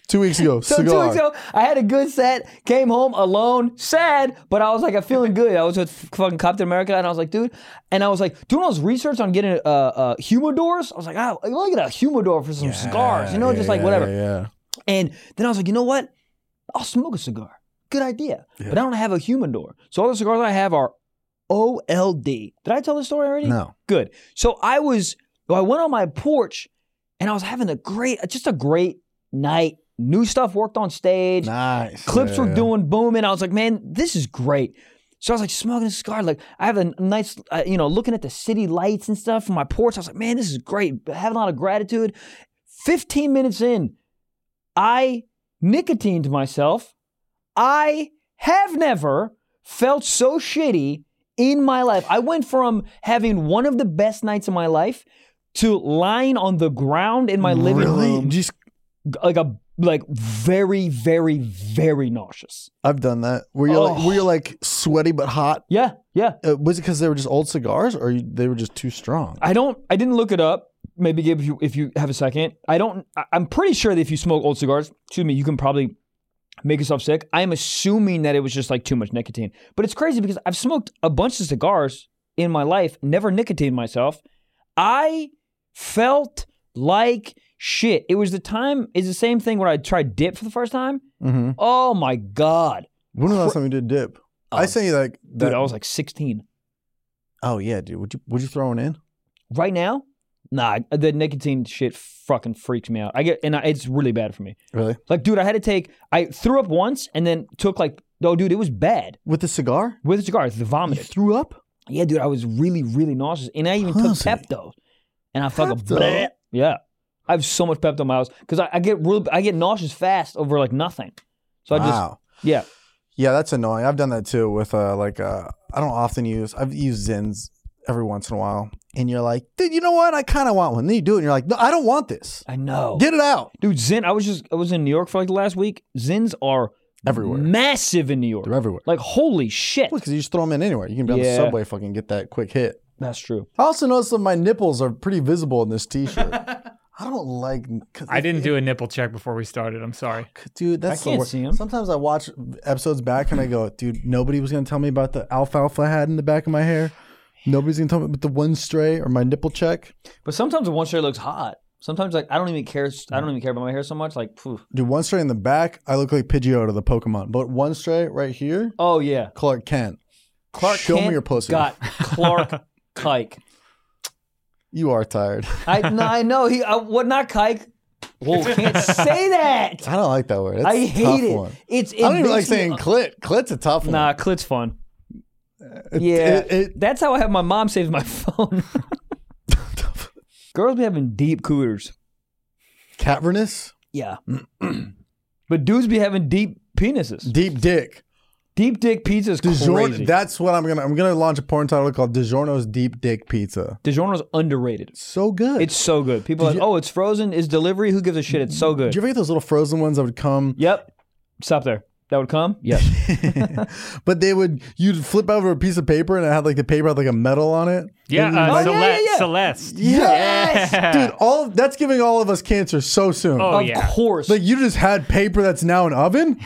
S2: Two weeks ago.
S1: two
S2: cigar.
S1: weeks ago, I had a good set. Came home alone, sad, but I was like, I'm feeling good. I was with fucking Captain America, and I was like, dude. And I was like, doing all this research on getting uh, uh, humidors. I was like, ah, I'll get a humidor for some cigars, you know,
S2: Yeah,
S1: just like
S2: yeah,
S1: whatever.
S2: Yeah, yeah.
S1: And then I was like, you know what? I'll smoke a cigar. Good idea. But I don't have a humidor. So all the cigars I have are OLD. Did I tell this story already?
S2: No.
S1: Good. So I was, well, I went on my porch and I was having a great, just a great night. New stuff worked on stage.
S2: Nice.
S1: Clips
S2: Yeah,
S1: were
S2: yeah.
S1: doing booming. I was like, man, this is great. So I was like smoking a cigar. Like I have a nice, uh, you know, looking at the city lights and stuff from my porch. I was like, man, this is great. Having a lot of gratitude. 15 minutes in, I nicotined myself. I have never felt so shitty in my life. I went from having one of the best nights of my life to lying on the ground in my living
S2: really?
S1: room
S2: Just
S1: like a like very, very, very nauseous.
S2: I've done that. Were you like,
S1: Oh.
S2: were you like sweaty but hot?
S1: Yeah, yeah.
S2: Uh, was it because they were just old cigars, or you, they were just too strong?
S1: I don't. I didn't look it up. Maybe give you if you have a second. I don't. I- I'm pretty sure that if you smoke old cigars, excuse me, you can probably make yourself sick. I'm assuming that it was just like too much nicotine. But it's crazy because I've smoked a bunch of cigars in my life, never nicotined myself. I felt like shit. It was the time. It's the same thing when I tried dip for the first time.
S2: Mm-hmm.
S1: Oh my god,
S2: When was the last time you did dip? I
S1: Um,
S2: say like
S1: dude!
S2: that.
S1: I was like 16.
S2: oh yeah, dude. Would you would you throwing in?
S1: Right now, nah, the nicotine shit fucking freaks me out. I get and I, it's really bad for me.
S2: Really?
S1: Like, dude, I had to take. I threw up once and then took like. No, dude, it was bad
S2: With a cigar?
S1: with a cigar. The
S2: You
S1: vomited.
S2: threw up?
S1: Yeah, dude, I was really, really nauseous, and I even
S2: Pussy.
S1: took Pepto, and I fucking
S2: Pepto?
S1: bleh. yeah. I have so much Pepto in my house because I, I get real, I get nauseous fast over like nothing. So I just
S2: wow.
S1: yeah.
S2: Yeah, that's annoying. I've done that too with uh like uh I don't often use I've used Zins every once in a while. And you're like, dude, you know what? I kinda want one. Then you do it and you're like, no, I don't want this.
S1: I know,
S2: Get it out.
S1: dude. Zen. I was just I was in New York for like the last week. Zins are
S2: Everywhere.
S1: massive in New York.
S2: They're everywhere.
S1: Like holy shit.
S2: Because you just throw them in anywhere. You can be on the
S1: Yeah.
S2: subway fucking get that quick hit.
S1: That's true.
S2: I also noticed that my nipples are pretty visible in
S1: <laughs>
S2: this t-shirt. I don't like. 'cause
S3: I
S2: it-
S3: didn't do a nipple check before we started. I'm sorry.
S2: dude. That's the
S1: can't
S2: worst.
S1: see 'em.
S2: Sometimes I watch episodes back and I go, dude, nobody was gonna tell me about the alfalfa I had in the back of my hair. Nobody's gonna tell me about the one stray or my nipple check.
S1: But sometimes the one straight looks hot. Sometimes like I don't even care. I don't even care about my hair so much. Like, phew.
S2: Dude, one stray in the back, I look like Pidgeotto, the Pokemon. But one stray right here,
S1: oh yeah,
S2: Clark Kent.
S1: Clark.
S2: show
S1: Kent
S2: me your pussy.
S1: Got <laughs> Clark Kike.
S2: You are tired. <laughs>
S1: I no, I know he. I, what not Kike? <laughs> Whoa, can't say that.
S2: I don't like that word. That's
S1: I
S2: a tough
S1: hate it.
S2: one.
S1: It's. It
S2: I don't
S1: makes
S2: even like
S1: me-
S2: saying clit. Clit's a tough one.
S1: Nah, clit's fun. yeah,
S2: Uh, it- it-
S1: that's how I have my mom saves my <laughs> phone. Girls be having deep cooters.
S2: Cavernous,
S1: Yeah, <clears throat> but dudes be having deep penises.
S2: deep dick.
S1: Deep dick pizza's crazy.
S2: DiGiorno, that's what I'm gonna. I'm gonna launch a porn title called DiGiorno's Deep Dick Pizza.
S1: DiGiorno's underrated.
S2: So good.
S1: It's so good. People are like, oh, it's frozen. Is delivery? Who gives a shit? It's so good.
S2: Do you ever get those little frozen ones that would come?
S1: yep. Stop there. That would come.
S2: <laughs>
S1: Yes.
S2: But they would. You'd flip over a piece of paper and it had like the paper had like a metal on it.
S3: Yeah, uh,
S1: Oh, yeah, yeah,
S3: Celeste.
S1: yeah.
S3: Celeste.
S2: Yeah, dude. All that's giving all of us cancer so soon.
S3: Oh,
S1: of
S3: yeah.
S1: course.
S2: Like you just had paper that's now an oven.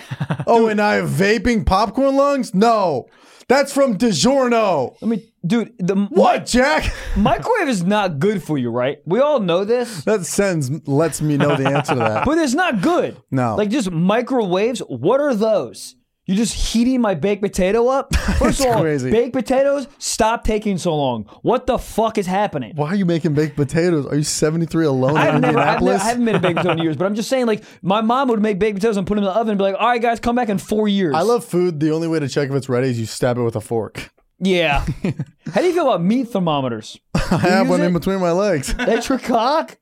S2: oh, and I have vaping popcorn lungs. No, that's from DiGiorno.
S1: Let me, dude. The
S2: What, Jack? <laughs>
S1: microwave is not good for you, right? We all know this,
S2: That sentence lets me know the answer to <laughs> that.
S1: but it's not good.
S2: No.
S1: Like just microwaves. What are those? You're just heating my baked potato
S2: <laughs>
S1: up. First of
S2: It's
S1: all,
S2: crazy.
S1: baked potatoes stop taking so long. What the fuck is happening?
S2: Why are you making baked potatoes? Are you 73 alone in
S1: I've never, I've never,
S2: Indianapolis?
S1: I haven't made a baked potato in years, but I'm just saying, like, my mom would make baked potatoes and put them in the oven and be like, all right, guys, come back in four years.
S2: I love food. The only way to check if it's ready is you stab it with a fork.
S1: Yeah.
S2: <laughs>
S1: How do you feel about meat thermometers?
S2: I have
S1: use
S2: one in
S1: it?
S2: between my <laughs> legs.
S1: That's your cock?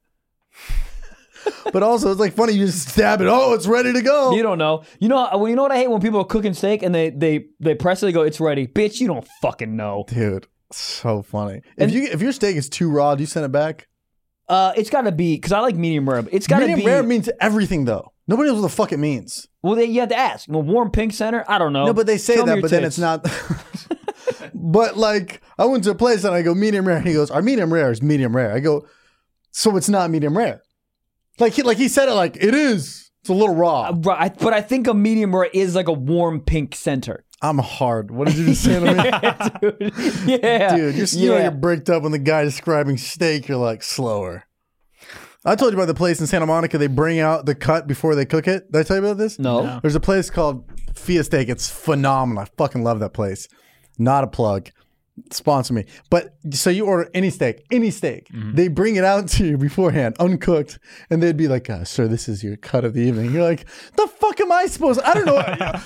S2: But also, it's like funny. You just stab it. Oh, it's ready to go.
S1: You don't know. You know. Well, you know what I hate when people are cooking steak and they they they press it. They go, "It's ready, bitch." You don't fucking know.
S2: Dude, so funny. If you if your steak is too raw, do you send it back?
S1: Uh, it's got to be because I like medium rare. but It's got to
S2: Medium
S1: be.
S2: rare means everything, though. Nobody knows what the fuck it means.
S1: well, they, you have to ask. Well, warm pink center. I don't know.
S2: No, but they say
S1: Show me
S2: that,
S1: your
S2: but then it's
S1: tits. <laughs>
S2: not. but like, I went to a place and I go medium rare, and he goes, "Our medium rare is medium rare." I go, "So it's not medium rare." Like he like he said it like it is. It's a little raw.
S1: Right, I- but I think a medium rare is like a warm pink center. <laughs>
S2: I'm hard. What did you just say to me?
S1: Dude, yeah,
S2: <laughs> Dude, you're, you know you're bricked up when the guy describing steak, you're like, slower. I told you about the place in Santa Monica, they bring out the cut before they cook it. Did I tell you about this?
S1: No. No.
S2: There's a place called Fia Steak. It's phenomenal. I fucking love that place. Not a plug. Sponsor me. But so you order any steak, any steak. They bring it out <laughs> to you beforehand, uncooked, and they'd be like, uh, sir, this is your cut of the evening. You're like, the fuck am I supposed I don't know.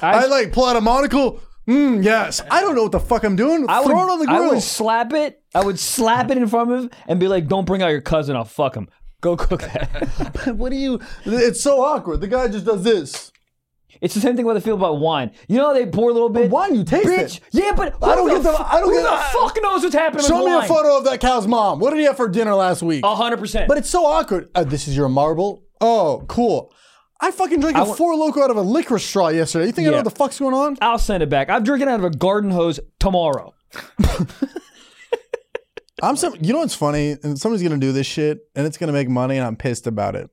S2: I, like pull out a monocle. Mm, yes. I don't know what the fuck I'm doing.
S1: I would,
S2: Throw it on the grill.
S1: I would slap it. I would slap it in front of him and be like, "Don't bring out your cousin. I'll fuck him. Go cook that." <laughs>
S2: <laughs> what do you? It's so awkward. The guy just does this.
S1: It's the same thing with I feel about wine. You know how they pour a little bit.
S2: wine, you taste
S1: Bitch.
S2: it.
S1: Yeah, but
S2: I don't
S1: who
S2: get the- I don't
S1: who
S2: get-
S1: the
S2: I-
S1: fuck knows what's happening.
S2: Show
S1: with
S2: me a Oh.
S1: wine?
S2: photo of that cow's mom. What did he have for dinner last week?
S1: A hundred percent.
S2: But it's so awkward. Uh, this is your marble. Oh, cool. I fucking drank a
S1: wa-
S2: four loco out of a licorice straw yesterday. You think I know
S1: Yeah.
S2: what the fuck's going on?
S1: I'll send it back. I'm drinking out of a garden hose tomorrow.
S2: I'm some. You know what's funny? And somebody's gonna do this shit, and it's gonna make money, and I'm pissed about it.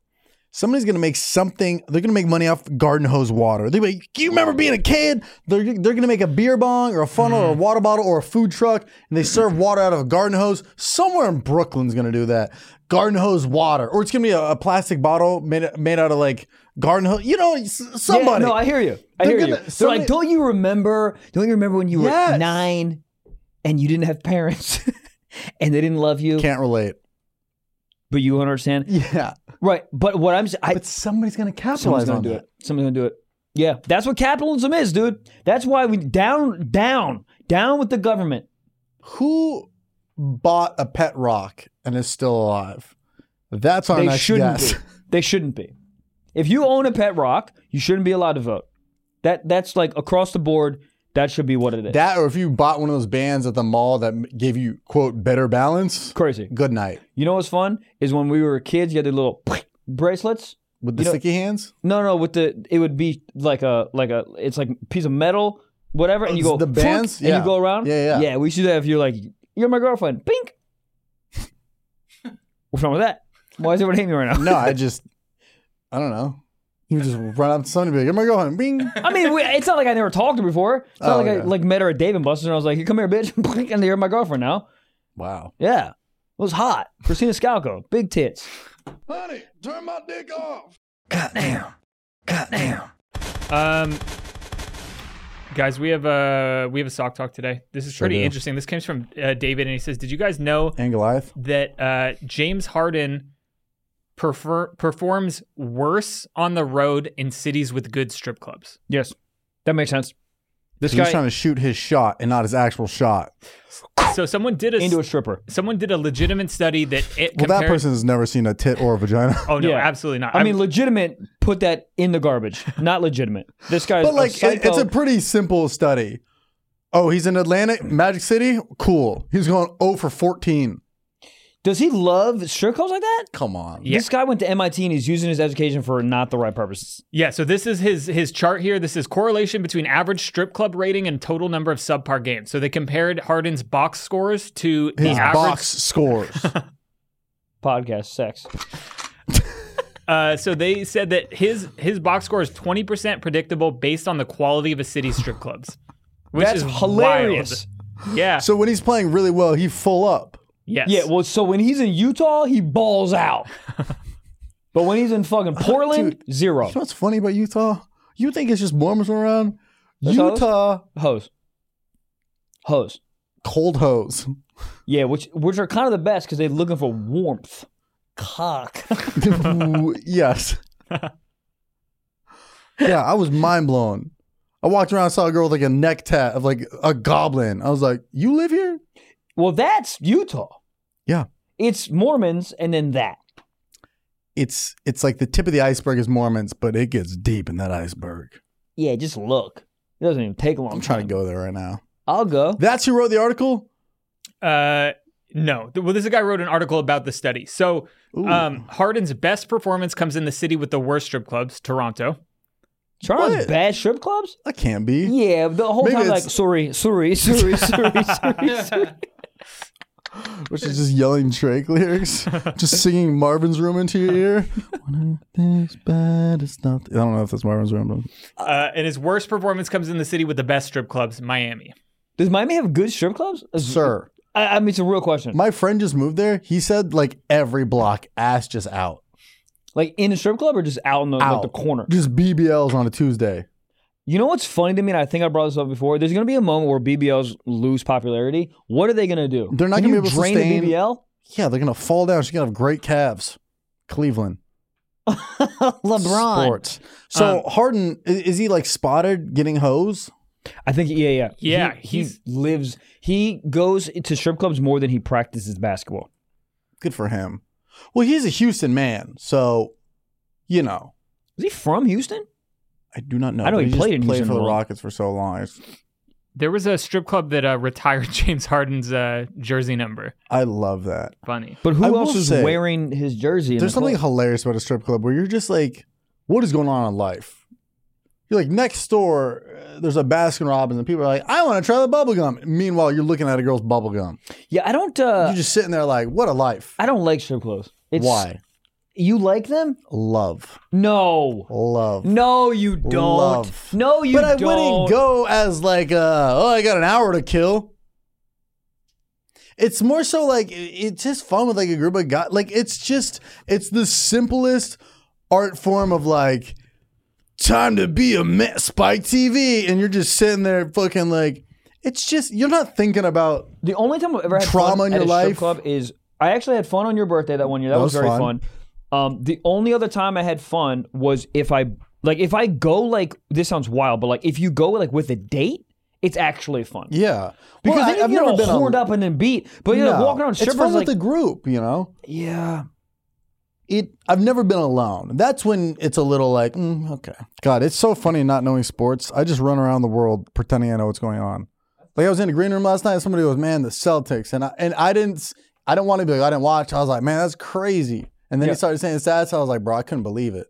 S2: Somebody's gonna make something. They're gonna make money off garden hose water. They like, you remember being a kid? They're they're gonna make a beer bong or a funnel
S1: Mm.
S2: or a water bottle or a food truck, and they serve water out of a garden hose. Somewhere in Brooklyn's gonna do that. Garden hose water, or it's gonna be a, a plastic bottle made made out of like garden hose. You know, s- somebody.
S1: Yeah, no, I hear you. I
S2: They're
S1: hear you.
S2: gonna-
S1: They're
S2: somebody-
S1: like, don't you remember? Don't you remember when you were
S2: Yes.
S1: nine and you didn't have parents <laughs> and they didn't love you,
S2: can't relate.
S1: but you understand,
S2: Yeah,
S1: right? But what I'm, s- I,
S2: but somebody's gonna capitalize
S1: someone's gonna
S2: on
S1: do
S2: that.
S1: it. Someone's gonna do it. Yeah, that's what capitalism is, dude. That's why we down, down, down with the government.
S2: who bought a pet rock and is still alive? That's our
S1: They
S2: next
S1: shouldn't
S2: guest.
S1: be. They shouldn't be. If you own a pet rock, you shouldn't be allowed to vote. That that's like across the board. That should be what it is.
S2: That, or if you bought one of those bands at the mall that m- gave you quote better balance.
S1: Crazy.
S2: Good night
S1: You know what's fun is when we were kids, you had the little <sniffs> bracelets.
S2: with the
S1: You know-
S2: sticky hands.
S1: No, no, with the it would be like a like a it's like a piece of metal, whatever, and you
S2: it's
S1: go
S2: Oh, the
S1: "Funk,"
S2: bands?
S1: and
S2: Yeah.
S1: you go around.
S2: Yeah, yeah.
S1: yeah. We should have you're like you're my girlfriend, pink. <laughs> What's wrong with that? Why is everyone hating me right now? <laughs>
S2: No, I just, I don't know. You just run up to somebody, and be like, "You're my girlfriend." Bing.
S1: I mean, we, it's not like I never talked to her before. It's not
S2: Oh,
S1: like I
S2: yeah.
S1: like met her at Dave and Buster's and I was like, "Come here, bitch," <laughs> and you're my girlfriend now.
S2: Wow.
S1: Yeah, it was hot. Christina Scalco, big tits.
S2: Honey, turn my dick off.
S3: Um, guys, we have a we have a sock talk today. This is pretty
S2: do.
S3: interesting. This comes from uh, David, and he says, "Did you guys know
S2: And Goliath.
S3: that uh, James Harden prefer- performs worse on the road in cities with good strip clubs?"
S1: Yes, that makes sense. This
S2: He's
S1: guy
S2: trying to shoot his shot and not his actual shot.
S3: So someone did a
S1: into a stripper.
S3: someone did a legitimate study that it
S2: Well, that
S3: compared-
S2: person has never seen a tit or a vagina.
S3: Oh no,
S1: Yeah.
S3: absolutely not.
S1: I mean, legitimate. Put that in the
S3: <laughs>
S1: garbage. Not legitimate. This guy's
S2: But
S1: a
S2: like, it-
S1: psycho.
S2: it's a pretty simple study. Oh, he's in Atlantic Magic City. Cool. He's going 0 for 14.
S1: Does he love strip clubs like that?
S2: Come on.
S3: Yeah.
S1: This guy went to MIT and he's using his education for not the right purposes.
S3: Yeah, so this is his his chart here. This is correlation between average strip club rating and total number of subpar games. So they compared Harden's box scores to the
S2: His
S3: average.
S2: box scores.
S1: Podcast sex.
S3: Uh, so they said that his his box score is twenty percent predictable based on the quality of a city's strip clubs, which
S1: That's
S3: is wild.
S1: hilarious.
S3: Yeah.
S2: so when he's playing really well, he full up.
S3: yes.
S1: Yeah. Well, so when he's in Utah, he balls
S3: <laughs>
S1: out. but when he's in fucking Portland, zero
S2: You know what's funny about Utah? You think it's just Mormons around?
S1: That's how it is?
S2: Utah
S1: hose. Hose.
S2: cold
S3: <laughs>
S2: hose.
S1: Yeah, which which are kind of the best because they're looking for warmth. Cock. <laughs>
S2: Ooh, <laughs> yes. yeah, I was mind blown. I walked around, saw a girl with like a neck tat of like a goblin. I was like, "You live here?"
S1: well, that's Utah.
S2: Yeah.
S1: It's Mormons and then that.
S2: it's it's like the tip of the iceberg is Mormons, but it gets deep in that iceberg.
S1: Yeah, just look. It doesn't even take long.
S2: <laughs> I'm trying to go there right now.
S1: I'll go.
S2: That's who wrote the article.
S3: Uh, no. Well, this guy wrote an article about the study. So
S2: Ooh.
S3: um, Harden's best performance comes in the city with the worst strip clubs, Toronto.
S1: Toronto's
S2: What?
S1: bad strip clubs?
S2: That can't be.
S1: Yeah, the whole
S2: Maybe
S1: time like
S2: it's-
S1: sorry, sorry,
S2: <laughs>
S1: sorry, sorry,
S3: <laughs>
S1: sorry, sorry.
S2: Which is just yelling Drake <laughs> lyrics, just singing Marvin's Room into your ear. When everything's bad, it's not. I don't know if that's Marvin's Room. But
S3: Uh, and his worst performance comes in the city with the best strip clubs, Miami.
S1: Does Miami have good strip clubs? Is-
S2: sir,
S1: I, I mean, it's a real question.
S2: my friend just moved there. He said like every block, ass just out,
S1: Like in a strip club or just out in the, like
S2: out
S1: the corner?
S2: just BBLs on a Tuesday.
S1: You know what's funny to me, and I think I brought this up before. There's going to be a moment where BBLs lose popularity. What are they going to do?
S2: They're not
S1: Can
S2: gonna
S1: you
S2: be able to
S1: drain
S2: sustain-
S1: the BBL.
S2: <laughs> Yeah, they're gonna fall down. She's gonna have great calves. Cleveland.
S1: LeBron. Um,
S2: sports. So Harden i- is he like spotted getting hose?
S1: I think yeah, yeah,
S3: Yeah,
S1: He, he
S3: he's-
S1: lives. He goes to strip clubs more than he practices basketball.
S2: Good for him. Well, he's a Houston man, so you know
S1: Is he from Houston?
S2: I do not know.
S1: I know
S2: but
S1: he played
S2: just
S1: in
S2: played
S1: Houston
S2: for
S1: a
S2: the
S1: lot.
S2: Rockets for so long. It's-
S3: There was a strip club that uh, retired <laughs> James Harden's uh, jersey number.
S2: I love that.
S3: Funny.
S1: But who
S2: I will
S1: else is
S2: say-
S1: wearing his jersey? in
S2: There's
S1: the club?
S2: something hilarious about a strip club where you're just like what is going on in life? You're like next door, uh, there's a Baskin Robbins, and people are like, I want to try the bubble gum. Meanwhile, you're looking at a girl's bubble gum.
S1: Yeah, I don't. Uh,
S2: You're just sitting there like, what a life.
S1: I don't like strip clubs. It's,
S2: Why?
S1: you like them?
S2: Love,
S1: No,
S2: love.
S1: no, you don't.
S2: Love.
S1: No, you
S2: but I
S1: don't.
S2: wouldn't go as like, uh, oh, I got an hour to kill. It's more so like i- it's just fun with like a group of guys. Like it's just it's the simplest art form of like time to be a man. Spike TV, and you're just sitting there fucking like it's just you're not thinking about
S1: The only time I've ever had
S2: Trauma
S1: fun
S2: in
S1: at
S2: your
S1: a strip
S2: life?
S1: club is I actually had fun on your birthday that one year. That,
S2: That
S1: was,
S2: was
S1: very fun.
S2: fun.
S1: Um, the only other time I had fun was if I like if I go like this sounds wild, but like if you go like with a date, it's actually fun.
S2: yeah
S1: Because then you
S2: I've
S1: get
S2: never
S1: all
S2: been on-
S1: horned up and then beat, but you're like,
S2: No.
S1: walking around
S2: It's fun
S1: strippers like
S2: with the group, you know.
S1: yeah.
S2: it I've never been alone. That's when it's a little like, mm, okay. God, it's so funny not knowing sports. I just run around the world pretending I know what's going on. Like I was in the green room last night and somebody goes, "Man, the Celtics." And I and I didn't s- I didn't want to be like I didn't watch. I was like, "Man, that's crazy." And then
S1: Yeah.
S2: he started saying stats. I was like, "Bro, I couldn't believe it."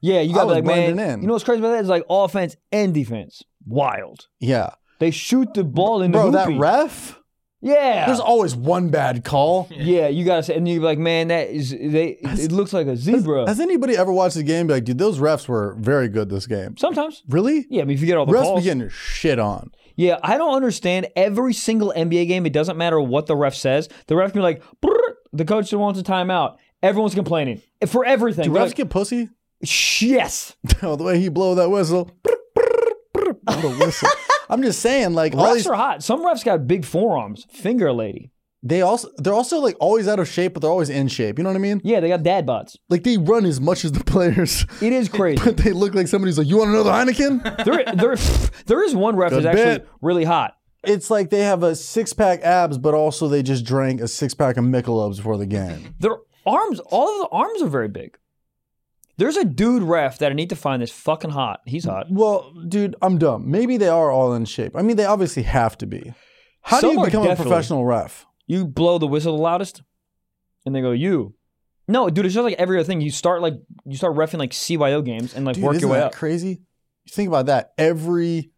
S1: Yeah, you
S2: I
S1: got
S2: was
S1: like man.
S2: blending in.
S1: You know what's crazy about that is like offense and defense. Wild.
S2: Yeah.
S1: They shoot the ball in
S2: Bro,
S1: the
S2: that
S1: hoopy.
S2: ref?
S1: yeah.
S2: There's always one bad call.
S1: <laughs> yeah, you gotta say, and you're like, man, that is they. It looks like a zebra.
S2: Has anybody ever watched the game and be like, "Dude, those refs were very good this game."
S1: Sometimes,
S2: Really?
S1: yeah. I mean, if you get all the
S2: refs
S1: calls,
S2: be getting shit on.
S1: yeah. I don't understand every single NBA game. It doesn't matter what the ref says. The ref can be like, "Brrr, the coach wants a timeout. Everyone's complaining for everything.
S2: Do
S1: They're
S2: refs
S1: like,
S2: get pussy?
S1: "Shh, yes,
S2: <laughs> Oh, the way he blow that whistle. What a whistle. <laughs> I'm just saying, like all
S1: refs
S2: these,
S1: are hot. Some refs got big forearms, finger lady.
S2: they also they're also like always out of shape, but they're always in shape. You know what I mean?
S1: Yeah, they got dad bods.
S2: Like they run as much as the <laughs> players,
S1: It
S2: <laughs>
S1: is crazy.
S2: but they look like somebody's like, "You want another Heineken?"
S1: there, there, there is one ref
S2: Good
S1: that's actually
S2: bit.
S1: really hot.
S2: <laughs> it's like they have a six pack abs, but also they just drank a six pack of Michelob's before the game.
S1: Their arms, all of the arms are very big. There's a dude ref that I need to find that's fucking hot. He's hot.
S2: Well, dude, I'm dumb. Maybe they are all in shape. I mean, they obviously have to be. How do
S1: Some
S2: you
S1: are
S2: become a
S1: definitely.
S2: professional ref?
S1: You blow the whistle the loudest, and they go you. No, dude, it's just like every other thing. You start like you start refing like CYO games and like
S2: Dude,
S1: work
S2: isn't
S1: your way
S2: that
S1: up.
S2: crazy? Think about that. Every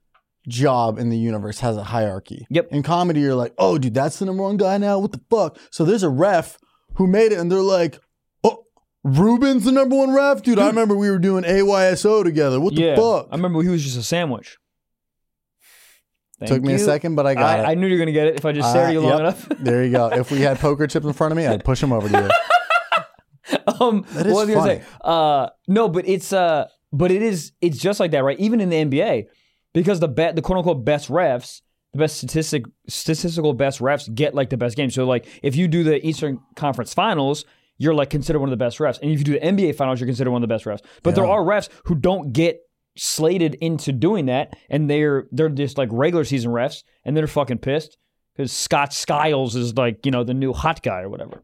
S2: job in the universe has a hierarchy.
S1: Yep.
S2: In comedy, you're like, oh, dude, that's the number one guy now. What the fuck? So there's a ref who made it, and they're like, oh, Ruben's the number one ref, dude. I remember we were doing AYSO together. What the
S1: yeah,
S2: fuck?
S1: I remember he was just a sandwich. Thank
S2: Took me a
S1: you.
S2: second, but I got
S1: I, I
S2: it.
S1: knew you were gonna get it if I just stared
S2: Uh,
S1: at you long
S2: yep.
S1: enough. <laughs>
S2: there you go. If we had poker chips in front of me, I'd push them over to you.
S1: <laughs> um,
S2: That is
S1: what was I gonna
S2: funny.
S1: say? Uh, no, but it's uh, but it is it's just like that, right? Even in the NBA, because the bet the quote unquote best refs, the best statistic statistical best refs get like the best games. So like if you do the Eastern Conference Finals. You're like considered one of the best refs, and if you do the NBA finals, you're considered one of the best refs. But there
S2: Yeah.
S1: are refs who don't get slated into doing that, and they're they're just like regular season refs, and they're fucking pissed because Scott Skiles is like you know the new hot guy or whatever.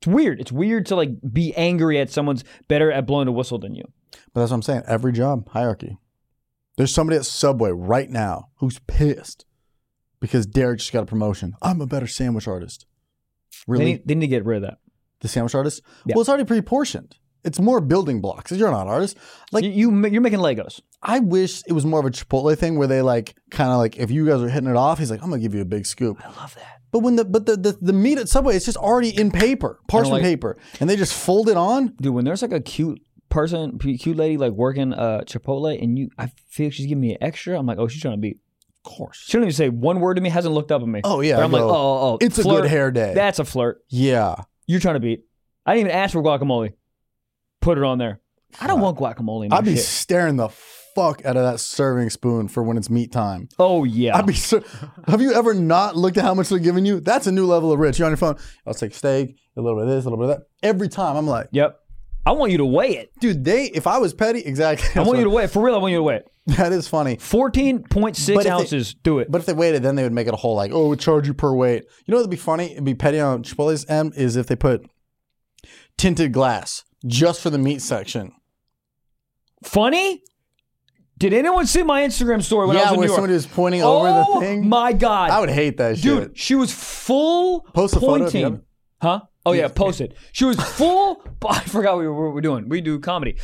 S1: It's weird. It's weird to like be angry at someone's better at blowing a whistle than you.
S2: But that's what I'm saying. Every job hierarchy. There's somebody at Subway right now who's pissed because Derek just got a promotion. I'm a better sandwich artist.
S1: They
S2: Really?
S1: need, they need to get rid of that.
S2: the sandwich artist?
S1: Yeah.
S2: Well, it's already pre-portioned. It's more building blocks. You're not an artist. Like
S1: You, you ma- you're making Legos.
S2: I wish it was more of a Chipotle thing where they like kind of like if you guys are hitting it off, he's like, I'm gonna give you a big scoop.
S1: I love that.
S2: But when the but the the, the meat at Subway, it's just already in paper, parchment
S1: like-
S2: paper, and they just fold it on.
S1: Dude, when there's like a cute person, p- cute lady like working uh Chipotle and you I feel she's giving me an extra, I'm like, "Oh, she's trying to be."
S2: Of course.
S1: She don't even say one word to me, hasn't looked up at me.
S2: Oh yeah.
S1: But I'm
S2: I
S1: like, "Oh,
S2: go,
S1: oh, oh,
S2: it's a
S1: flirt.
S2: good hair day.
S1: That's a flirt.
S2: yeah.
S1: You're trying to beat. I didn't even ask for guacamole. Put it on there. I don't want guacamole in my
S2: I'd be
S1: shit.
S2: staring the fuck out of that serving spoon for when it's meat time.
S1: Oh yeah.
S2: I'd be. Ser- Have you ever not looked at how much they're giving you? That's a new level of rich. You're on your phone. I'll take steak, a little bit of this, a little bit of that. Every time, I'm like,
S1: yep. I want you to weigh it.
S2: dude, they. If I was petty, exactly.
S1: I want you to weigh it. For real, I want you to weigh it.
S2: <laughs> That is funny.
S1: 14.6
S2: But if they-
S1: ounces. do it.
S2: But if they waited, then they would make it a whole like, oh, we charge you per weight. You know what'd be funny? It'd be petty on Chipotle's M is if they put tinted glass just for the meat section.
S1: Funny? Did anyone see my Instagram story when I
S2: yeah,
S1: was in
S2: where
S1: New York?
S2: somebody was pointing
S1: oh
S2: over the thing.
S1: my god,
S2: I would hate that
S1: dude,
S2: shit.
S1: she was full
S2: Post a photo if you
S1: pointing,
S2: have it. <laughs>
S1: huh? Oh yeah, post it. She was full. I forgot we were, we were doing. We do comedy.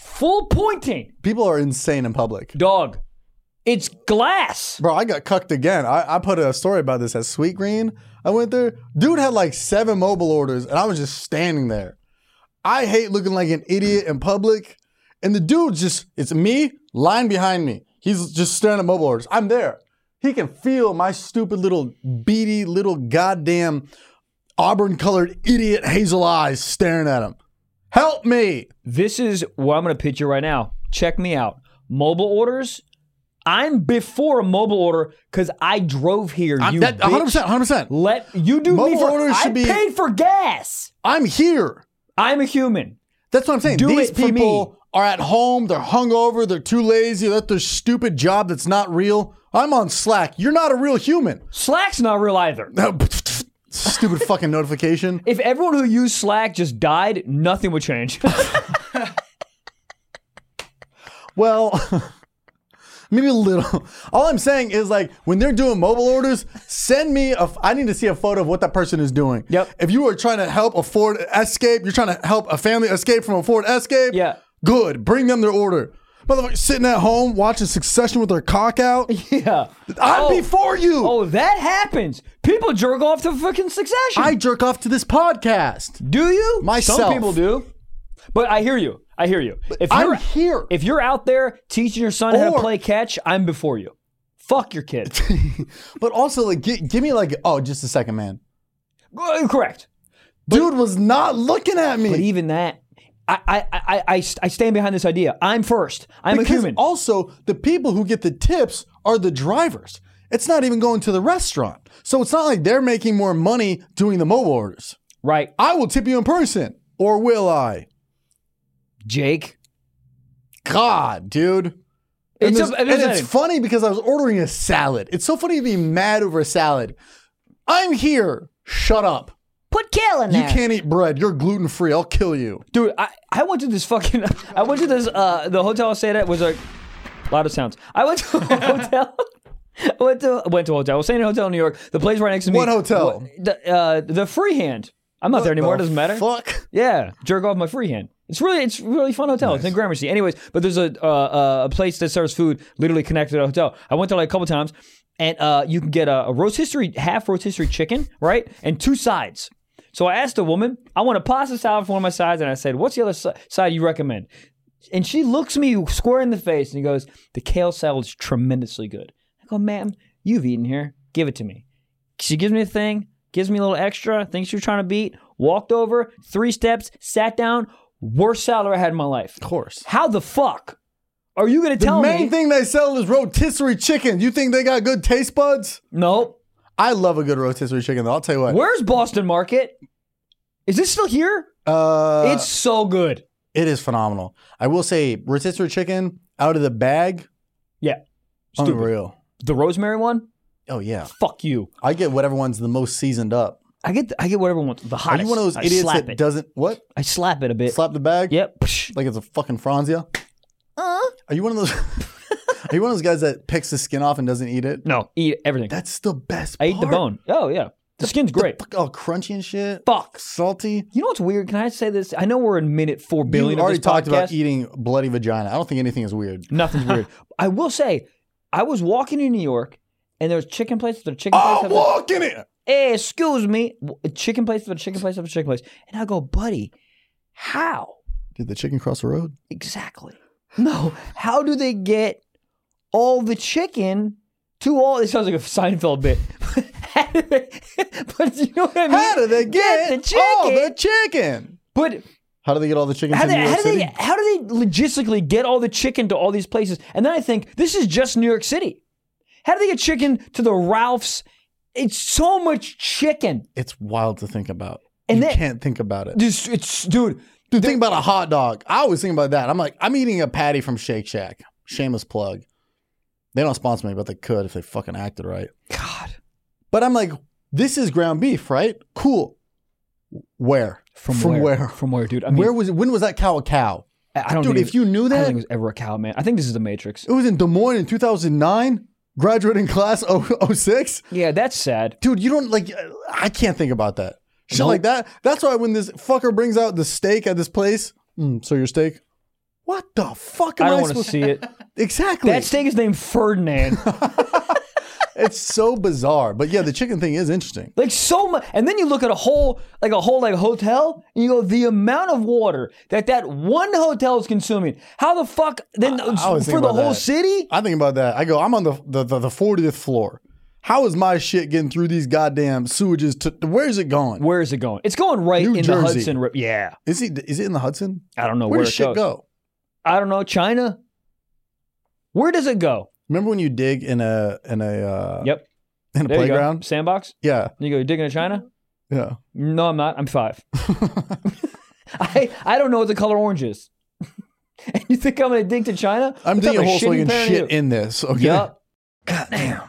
S1: full pointing,
S2: People are insane in public.
S1: dog. It's glass.
S2: Bro, I got cucked again. I, I put a story about this at Sweet Green. I went there. Dude had like seven mobile orders, and I was just standing there. I hate looking like an idiot in public. And the dude just, it's me, line behind me. He's just staring at mobile orders. I'm there. He can feel my stupid little beady little goddamn auburn colored idiot hazel eyes staring at him. Help me.
S1: This is what I'm going to pitch you right now. Check me out. Mobile orders. I'm before a mobile order because I drove here.
S2: I'm,
S1: you
S2: that,
S1: bitch.
S2: 100%, 100%.
S1: Let you do me
S2: Mobile
S1: for.
S2: orders
S1: I
S2: should be-
S1: paid for gas.
S2: I'm here.
S1: I'm a human.
S2: That's what I'm saying.
S1: Do
S2: These
S1: it for
S2: people
S1: me.
S2: are at home. They're hungover. They're too lazy. That's their stupid job that's not real. I'm on Slack. You're not a
S1: <laughs>
S2: real human.
S1: Slack's not real either.
S2: stupid fucking notification.
S1: If everyone who used Slack just died, nothing would change. <laughs>
S2: Well, <laughs> maybe a little. All I'm saying is like when they're doing mobile orders, send me a. f- I need to see a photo of what that person is doing.
S1: Yep.
S2: If you are trying to help a Ford Escape, you're trying to help a family escape from a Ford Escape.
S1: Yeah.
S2: Good. Bring them their order. Motherfucker sitting at home watching Succession with their cock out.
S1: <laughs> yeah.
S2: I'm
S1: Oh.
S2: before you.
S1: Oh, that happens. People jerk off to fucking succession.
S2: I jerk off to this podcast.
S1: do you? Some
S2: Myself.
S1: people do. But I hear you. I hear you. If
S2: I'm
S1: you're
S2: here.
S1: if you're out there teaching your son how to
S2: Or-
S1: play catch, I'm before you. Fuck your kid.
S2: <laughs> But also, like, gi- give me like, oh, just a second, man.
S1: Uh, Correct.
S2: Dude was not looking at me.
S1: But even that, I I, I, I, I stand behind this idea. I'm first. I'm a
S2: because
S1: human.
S2: also, the people who get the tips are the drivers. It's not even going to the restaurant. So it's not like they're making more money doing the mobile orders.
S1: right.
S2: I will tip you in person, or will I?
S1: Jake.
S2: God, dude. And,
S1: It's,
S2: there's-
S1: a,
S2: and it's funny because I was ordering a salad. It's so funny to be mad over a salad. I'm here. Shut up.
S1: put kale in
S2: You can't eat bread. You're gluten free. I'll kill you.
S1: Dude, I, I went to this fucking <laughs> I went to this uh the hotel I stayed at was a lot of sounds. I went to a
S2: <laughs>
S1: hotel. <laughs> I went to went to a hotel. I was staying in a hotel in New York. The place right next to me.
S2: What hotel?
S1: Wha- The, uh, the freehand. I'm not there anymore. It
S2: The
S1: doesn't matter.
S2: Fuck.
S1: Yeah, jerk off my freehand. It's really it's a really fun hotel. It's in Gramercy. Anyways, but there's a uh, uh, a place that serves food literally connected to the hotel. I went there like a couple times, and uh, you can get a, a roast history half roast history chicken right and two sides. So I asked the woman, I want a pasta salad for one of my sides, and I said, "What's the other si- side you recommend?" And she looks me square in the face and goes, "The kale salad's tremendously good." I go, "Ma'am, you've eaten here. Give it to me." She gives me a thing, gives me a little extra, thinks she was trying to beat, walked over, three steps, sat down, worst salad I had in my life.
S2: Of course.
S1: How the fuck are you gonna
S2: The
S1: tell
S2: main
S1: me?
S2: thing they sell is rotisserie chicken. You think they got good taste buds?
S1: nope.
S2: I love a good rotisserie chicken, though. I'll tell you what.
S1: Where's Boston Market? Is this still here?
S2: Uh,
S1: it's so good.
S2: it is phenomenal. I will say rotisserie chicken out of the bag,
S1: Yeah. Stupid.
S2: unreal.
S1: The rosemary one?
S2: Oh yeah,
S1: Fuck you.
S2: I get whatever one's the most seasoned up.
S1: I get I get whatever one the
S2: Are
S1: hottest.
S2: you one of those
S1: I
S2: idiots
S1: slap
S2: that
S1: it.
S2: doesn't what
S1: I slap it a bit.
S2: slap the bag?
S1: Yep. Psh.
S2: like it's a fucking Franzia.
S1: Uh-huh.
S2: Are you one of those? <laughs> are you one of those guys that picks the skin off and doesn't eat it?
S1: No, eat everything.
S2: That's the best.
S1: I eat the
S2: part.
S1: bone. Oh yeah. The skin's great.
S2: Fuck, all crunchy and shit.
S1: Fuck.
S2: Salty.
S1: You know what's weird? Can I say this? I know we're in minute four billion.
S2: You
S1: of
S2: already
S1: this
S2: talked
S1: podcast.
S2: about eating bloody vagina. I don't think anything is weird.
S1: Nothing's
S2: <laughs>
S1: weird. I will say, I was walking in New York, and there was chicken place after chicken place.
S2: I'm
S1: after-
S2: walking it.
S1: hey, excuse me, W- chicken place after chicken place after chicken place, and I go, buddy, how
S2: Did the chicken cross the road?
S1: exactly? No, how do they get all the chicken to all? This sounds like a Seinfeld bit. <laughs> How do they- but you know what I mean?
S2: How do they get,
S1: the chicken?
S2: all the chicken?
S1: but
S2: How do they get all the chicken
S1: How,
S2: to
S1: do they,
S2: New York
S1: how, do
S2: City?
S1: they, how do they logistically get all the chicken to all these places? And then I think this is just New York City. How do they get chicken to the Ralphs? It's so much chicken.
S2: It's wild to think about.
S1: And
S2: you
S1: they-
S2: can't think about it.
S1: This, it's dude.
S2: Dude, think about a hot dog. I always think about that. I'm like, I'm eating a patty from Shake Shack. Shameless plug. They don't sponsor me, but they could if they fucking acted right.
S1: God,
S2: But I'm like, this is ground beef, right? Cool. Where?
S1: from,
S2: From
S1: where?
S2: where?
S1: From where, dude? I mean,
S2: where was when was that cow a cow?
S1: I I don't
S2: Dude,
S1: think it
S2: if you knew
S1: was, I don't
S2: that,
S1: think it was ever a cow, man. I think this is the Matrix.
S2: it was in Des Moines in 2009, graduating class <laughs> 06.
S1: Yeah, that's sad.
S2: Dude, you don't like uh, I can't think about that. Shit like that. That's why when this fucker brings out the steak at this place, mm, so your steak What the fuck
S1: I
S2: am I,
S1: don't want to
S2: supposed
S1: see
S2: <laughs>
S1: it.
S2: Exactly.
S1: That steak is named
S2: <laughs>
S1: Ferdinand.
S2: it's so bizarre. But yeah, the chicken thing is interesting.
S1: Like so much, and then you look at a whole, like a whole, like hotel, and you go the amount of water that that one hotel is consuming. How the fuck? Then
S2: I was
S1: for
S2: thinking
S1: the
S2: about
S1: whole
S2: that.
S1: city,
S2: I think about that. I go, I'm on the the, the, the 40th floor. How is my shit getting through these goddamn sewages? To, to- where is it going?
S1: where is it going? It's going right
S2: New
S1: in the
S2: Jersey.
S1: Hudson River. Yeah,
S2: Is it is it in the Hudson?
S1: I don't know
S2: Where
S1: where,
S2: does
S1: it
S2: shit
S1: goes.
S2: go?
S1: I don't know China. Where does it go?
S2: Remember when you dig in a in a uh,
S1: yep,
S2: in a
S1: there you go.
S2: playground?
S1: Sandbox.
S2: Yeah,
S1: You go. You digging in China?
S2: yeah. <laughs>
S1: No, I'm not. I'm five. <laughs> I I don't know what the color orange is. <laughs> and you think I'm gonna dig to China?
S2: I'm
S1: What type
S2: digging
S1: of
S2: holes so I
S1: shitty
S2: can
S1: parent are you?
S2: shit in this. Okay.
S1: Yup. God damn.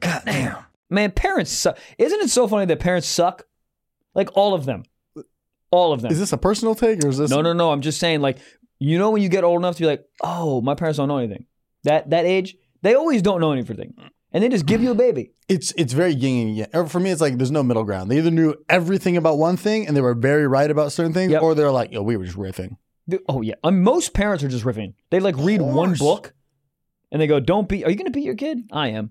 S1: God damn. Man, parents suck. Isn't it so funny that parents suck? Like all of them. All of them.
S2: Is this a personal take or is this?
S1: no, no, no. I'm just saying, like, you know, when you get old enough to be like, oh, my parents don't know anything. That that age, they always don't know anything. And they just give you a baby.
S2: It's it's very yin and yang. Or For me, it's like there's no middle ground. They either knew everything about one thing and they were very right about certain things,
S1: Yep.
S2: or they're like, yo, we were just riffing.
S1: They- Oh yeah. And most parents are just riffing. They like read one
S2: course.
S1: book and they go, Don't beat are you gonna beat your kid? I am.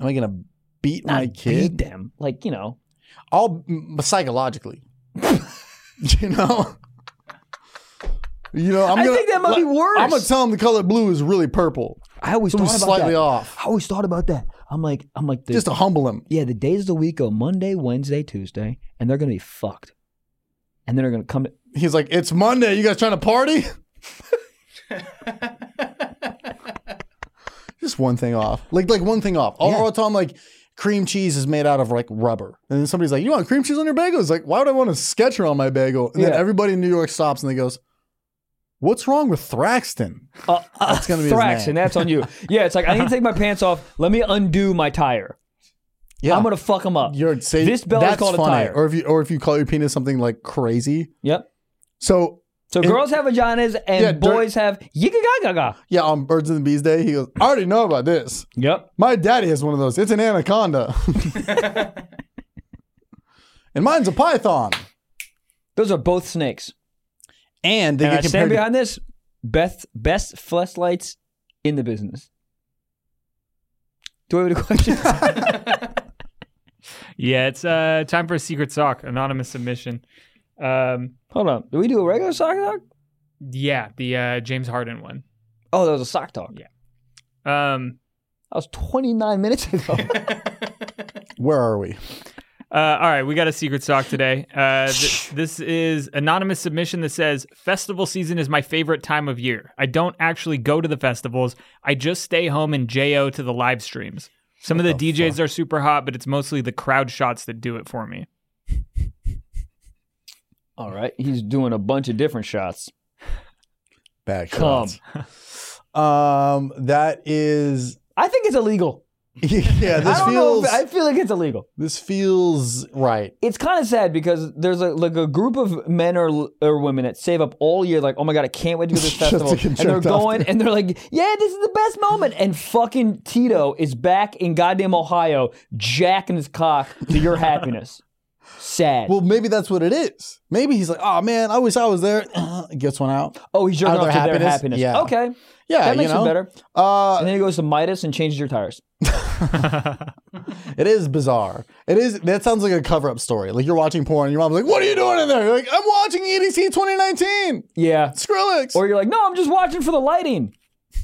S2: Am I gonna beat
S1: Not
S2: my kid?
S1: beat them. Like, you know.
S2: all m- psychologically. <laughs> you know, you know. I'm
S1: I
S2: gonna,
S1: think that might be worse.
S2: I'm gonna tell them the color blue is really purple.
S1: I always
S2: So
S1: thought
S2: we're
S1: about
S2: slightly
S1: that.
S2: off,
S1: I always thought about that. I'm like, I'm like, the,
S2: just to humble them.
S1: yeah, the days of the week go Monday, Wednesday, Tuesday, and they're gonna be fucked, and then they're gonna come. To,
S2: He's like, "It's Monday. You guys trying to
S1: <laughs>
S2: party?" just one thing off, like like one thing off. All,
S1: Yeah.
S2: all the time, like cream cheese is made out of like rubber, and then somebody's like, "You want cream cheese on your bagel?" It's like, why would I want a Sketcher on my bagel? And
S1: Yeah.
S2: then everybody in New York stops and they goes, "What's wrong with Thraxton?"
S1: uh, uh,
S2: <laughs> That's gonna be his
S1: thrax,
S2: name.
S1: and that's on
S2: <laughs>
S1: you. Yeah, it's like I need to take my pants off. Let me undo my tire.
S2: Yeah,
S1: I'm gonna fuck them up.
S2: You're say
S1: This bell is
S2: that's
S1: called a
S2: funny.
S1: tire.
S2: Or if you or if you call your penis something like crazy.
S1: yep.
S2: So
S1: So
S2: And-
S1: girls have vaginas and
S2: Yeah, dur-
S1: boys have yigga gaga gaga.
S2: yeah, on Birds and the Bees Day, he goes, I already know about this.
S1: Yep.
S2: My daddy has one of those. It's
S1: <laughs>
S2: an anaconda. and mine's a python.
S1: Those are both snakes.
S2: And they
S1: and I
S2: get compared
S1: stand
S2: to-
S1: behind this. Best best fleshlights in the business. Do we have any <laughs> questions?
S2: <laughs>
S3: Yeah, it's uh, time for a secret sock, anonymous submission. Um,
S1: Hold on. Do we do a regular sock talk?
S3: yeah, the uh, James Harden one.
S1: Oh, that was a sock talk.
S3: Um,
S1: That was 29 minutes ago.
S2: Where are we?
S3: uh, all right, we got a secret sock today. Uh, th- this is anonymous submission that says festival season is my favorite time of year. I don't actually go to the festivals. I just stay home and jo to the live streams. Some of the, DJs are super hot, but it's mostly the crowd shots that do it for me.
S1: All right, he's doing a bunch of different shots.
S2: Back
S1: Come.
S2: shots. Um that is <laughs>
S1: I think it's illegal. I
S2: yeah, this
S1: don't
S2: feels
S1: know. If, I feel like it's illegal.
S2: this feels right.
S1: It's kind of sad because there's a, like a group of men or or women that save up all year, like, oh my god, I can't wait to go to this
S2: <laughs> Just to
S1: festival,
S2: get
S1: and they're
S2: jerked off
S1: going and they're like, yeah, this is the best moment, and fucking Tito is back in goddamn Ohio, jacking his cock to your happiness. Sad.
S2: Well, maybe that's what it is. Maybe he's like, oh man, I wish I was there. <clears throat> Gets one out.
S1: oh, he's jerking off
S2: out
S1: to
S2: of their
S1: their happiness.
S2: happiness? Yeah.
S1: Okay,
S2: Yeah,
S1: that makes
S2: you know.
S1: it better.
S2: Uh,
S1: And then he goes to Midas and changes your tires.
S2: It is bizarre. It is. That sounds like a cover-up story. Like you're watching porn, and your mom's like, "What are you doing in there?" You're like, "I'm watching E EDC 2019."
S1: Yeah.
S2: Skrillex.
S1: Or you're like, no, I'm just watching for the lighting.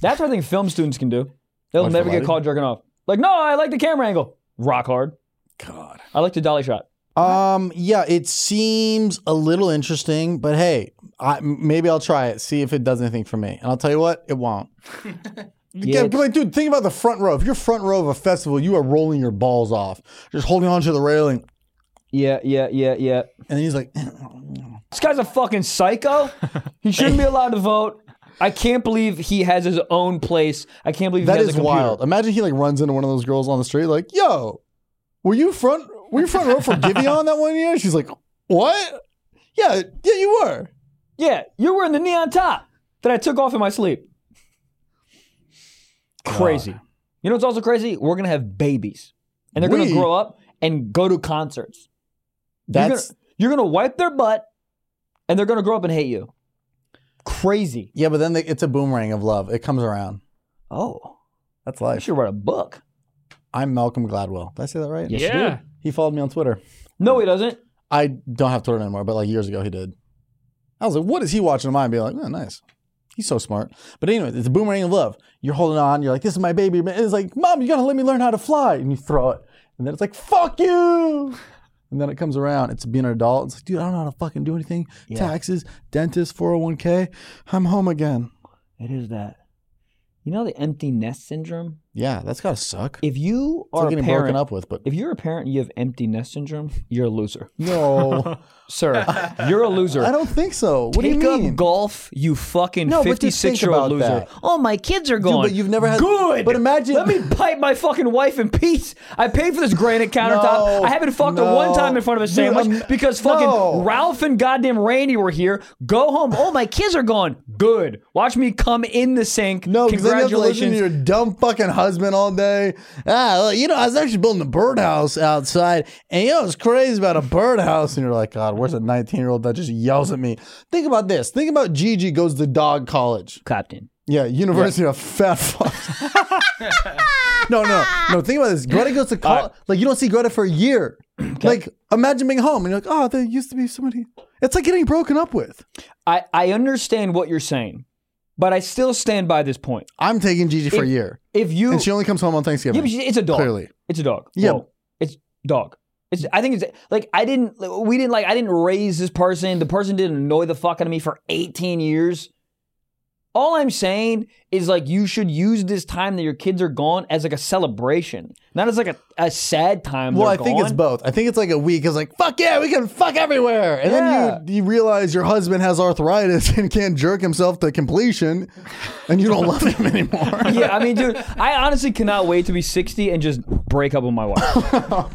S1: That's what I think film students can do. They'll
S2: Watch for
S1: never get
S2: lighting?
S1: caught jerking off. Like, no, I like the camera angle. Rock hard.
S2: God.
S1: I like the dolly shot.
S2: Um. Yeah. It seems a little interesting, but hey, I, m- maybe I'll try it. See if it does anything for me. And I'll tell you what, it won't.
S1: Yeah,
S2: Yeah, like, dude, think about the front row. If you're front row of a festival, you are rolling your balls off, just holding onto the railing.
S1: yeah, yeah, yeah, yeah.
S2: And then he's like, <clears throat>
S1: This guy's a fucking psycho. he shouldn't be allowed to vote. I can't believe he has his own place. I can't believe
S2: That
S1: he has
S2: is
S1: a computer.
S2: wild. Imagine he like runs into one of those girls on the street, like, "Yo, were you front? Were you front row for Giveon that one year?" She's like, "What? Yeah, yeah, you were."
S1: Yeah, you're wearing the neon top that I took off in my sleep. Crazy. You know what's also crazy? We're gonna have babies, and they're
S2: We-
S1: gonna grow up and go to concerts. You're
S2: That's
S1: gonna- you're gonna, wipe their butt, and they're gonna grow up and hate you. crazy.
S2: Yeah, but then the, it's a boomerang of love. It comes around.
S1: Oh,
S2: That's
S1: I
S2: life.
S1: should write a book.
S2: I'm Malcolm Gladwell. Did I say that right?
S1: Yes, you
S3: yeah.
S1: do.
S2: He followed me on Twitter.
S1: No, he doesn't.
S2: I don't have Twitter anymore, but like years ago he did. I was like, what is he watching on mine? Be like, oh, nice. He's so smart. But anyway, it's a boomerang of love. You're holding on. You're like, this is my baby. And it's like, mom, you gotta let me learn how to fly. And you throw it. And then it's like, fuck you. And then it comes around. It's being an adult. It's like, dude, I don't know how to fucking do anything. Taxes, dentist, 401k. I'm home again.
S1: It is that. You know the empty nest syndrome.
S2: Yeah, that's gotta suck.
S1: If you
S2: It's
S1: are
S2: like
S1: a
S2: getting
S1: parent,
S2: broken up
S1: <laughs>
S2: with, but
S1: if you're a parent and you have empty nest syndrome, you're a loser,
S2: no,
S1: sir. <laughs> you're a loser.
S2: I don't think so. What
S1: Take
S2: do you mean?
S1: up golf, you fucking
S2: No, but just think
S1: 56 year old loser.
S2: about that.
S1: Oh, my kids are gone.
S2: but you've never had-
S1: good.
S2: but imagine-
S1: Let me pipe my fucking wife in peace. I paid for this granite countertop.
S2: No,
S1: I haven't fucked her
S2: no.
S1: one time in front of a
S2: Dude,
S1: sandwich
S2: I'm-
S1: because fucking
S2: no.
S1: Ralph and goddamn Randy were here. Go home. Oh, my kids are gone. Good. Watch me come in the sink.
S2: <laughs> No, because then you have to listen to
S1: congratulations.
S2: your dumb fucking husband all day. Ah, well, you know, I was actually building a birdhouse outside, and you know, it's crazy about a birdhouse. And you're like, God, where's a 19 year old that just yells at me? Think about this. Think about Gigi goes to dog college.
S1: Captain.
S2: Yeah, University of Fat Fuck. <laughs> no, no, no. Think about this. Greta goes to college. Like, you don't see Greta for a <clears throat> year. Like, imagine being home, and you're like, oh, there used to be somebody. It's like getting broken up with.
S1: I, I understand what you're saying, but I still stand by this point.
S2: I'm taking Gigi for a year,
S1: If you
S2: and she only comes home on Thanksgiving.
S1: Yeah, but she- it's a dog.
S2: Clearly.
S1: it's a dog.
S2: Yeah.
S1: Whoa. it's dog. It's. I think it's like I didn't. We didn't like. I didn't raise this person. The person didn't annoy the fuck out of me for 18 years. All I'm saying is like you should use this time that your kids are gone as like a celebration, not as like a, a sad time.
S2: Well,
S1: they're
S2: I think it's
S1: gone.
S2: both. I think it's like a week. It's like fuck yeah, we can fuck everywhere, and then you you realize your husband has arthritis <laughs> and can't jerk himself to completion, and you don't love him <laughs> anymore.
S1: <laughs> yeah, I mean, dude, I honestly cannot wait to be 60 and just break up with my
S2: <laughs>
S1: wife.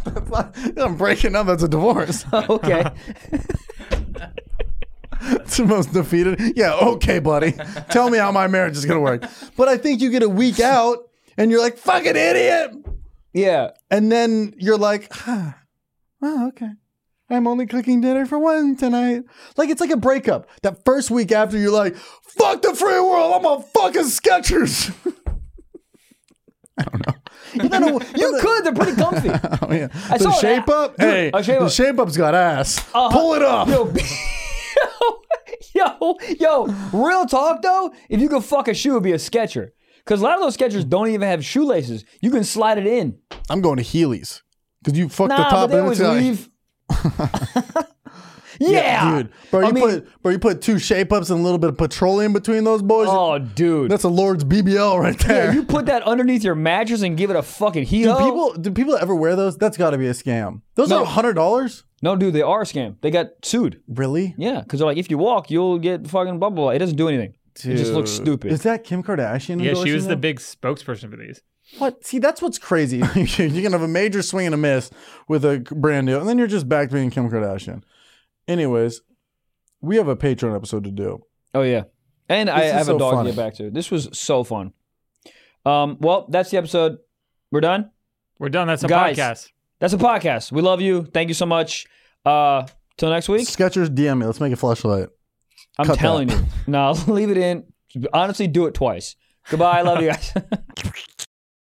S2: That's not- <laughs> I'm breaking up. That's a divorce. <laughs>
S1: okay.
S2: It's the most defeated. Yeah, okay, buddy. Tell me how my marriage is gonna work. But I think you get a week out, and you're like fucking idiot,
S1: Yeah.
S2: and then you're like, ah, oh, okay. I'm only cooking dinner for one tonight. Like it's like a breakup. That first week after you're like, fuck the free world, I'm on fucking Skechers. <laughs> I don't know. You, <laughs>
S1: You could. They're pretty comfy.
S2: Oh, yeah.
S1: I
S2: the
S1: saw
S2: shape
S1: that.
S2: up?
S1: Dude,
S2: hey,
S1: a shape
S2: the
S1: up.
S2: shape up's got ass. Pull it up.
S1: Uh-huh. Yo, <laughs> yo, yo, real talk though, if you could fuck a shoe, it'd be a sketcher. Because a lot of those sketchers don't even have shoelaces. You can slide it in.
S2: I'm going to Heelys. Because you fucked
S1: Nah,
S2: the top
S1: but they
S2: and it's
S1: always
S2: like,
S1: leave. <laughs> yeah.
S2: dude. Bro,
S1: I
S2: you
S1: mean-
S2: put bro, you put two shape ups and a little bit of petroleum between those boys.
S1: Oh, dude.
S2: That's a Lord's BBL right there.
S1: Yeah, you put that underneath your mattress and give it a fucking heat
S2: do
S1: up.
S2: people do people ever wear those? That's got to be a scam. Those
S1: No.
S2: are hundred dollars.
S1: no, dude, they are a scam. They got sued.
S2: Really?
S1: Yeah, because they're like, if you walk, you'll get fucking blah, blah, blah. It doesn't do anything. It just looks
S3: Dude.
S1: stupid.
S2: Is that Kim Kardashian?
S3: Yeah, she
S2: endorsing
S3: was the
S2: them?
S3: big spokesperson for these.
S2: What? See, that's what's crazy. <laughs> you can have a major swing and a miss with a brand new, and then you're just back to being Kim Kardashian. Anyways, we have a Patreon episode to do.
S1: Oh yeah, and I
S2: is
S1: have
S2: so
S1: a dog
S2: funny.
S1: to get back to. This was so fun. Um, well, that's the episode. We're done.
S3: We're done. That's a
S1: Guys.
S3: podcast.
S1: That's a podcast. We love you. Thank you so much. Uh, till next week.
S2: Skechers DM me. Let's make a flashlight.
S1: I'm <laughs>
S2: cut
S1: telling you. No, leave it in. Honestly, do it twice. Goodbye. I love you guys. <laughs>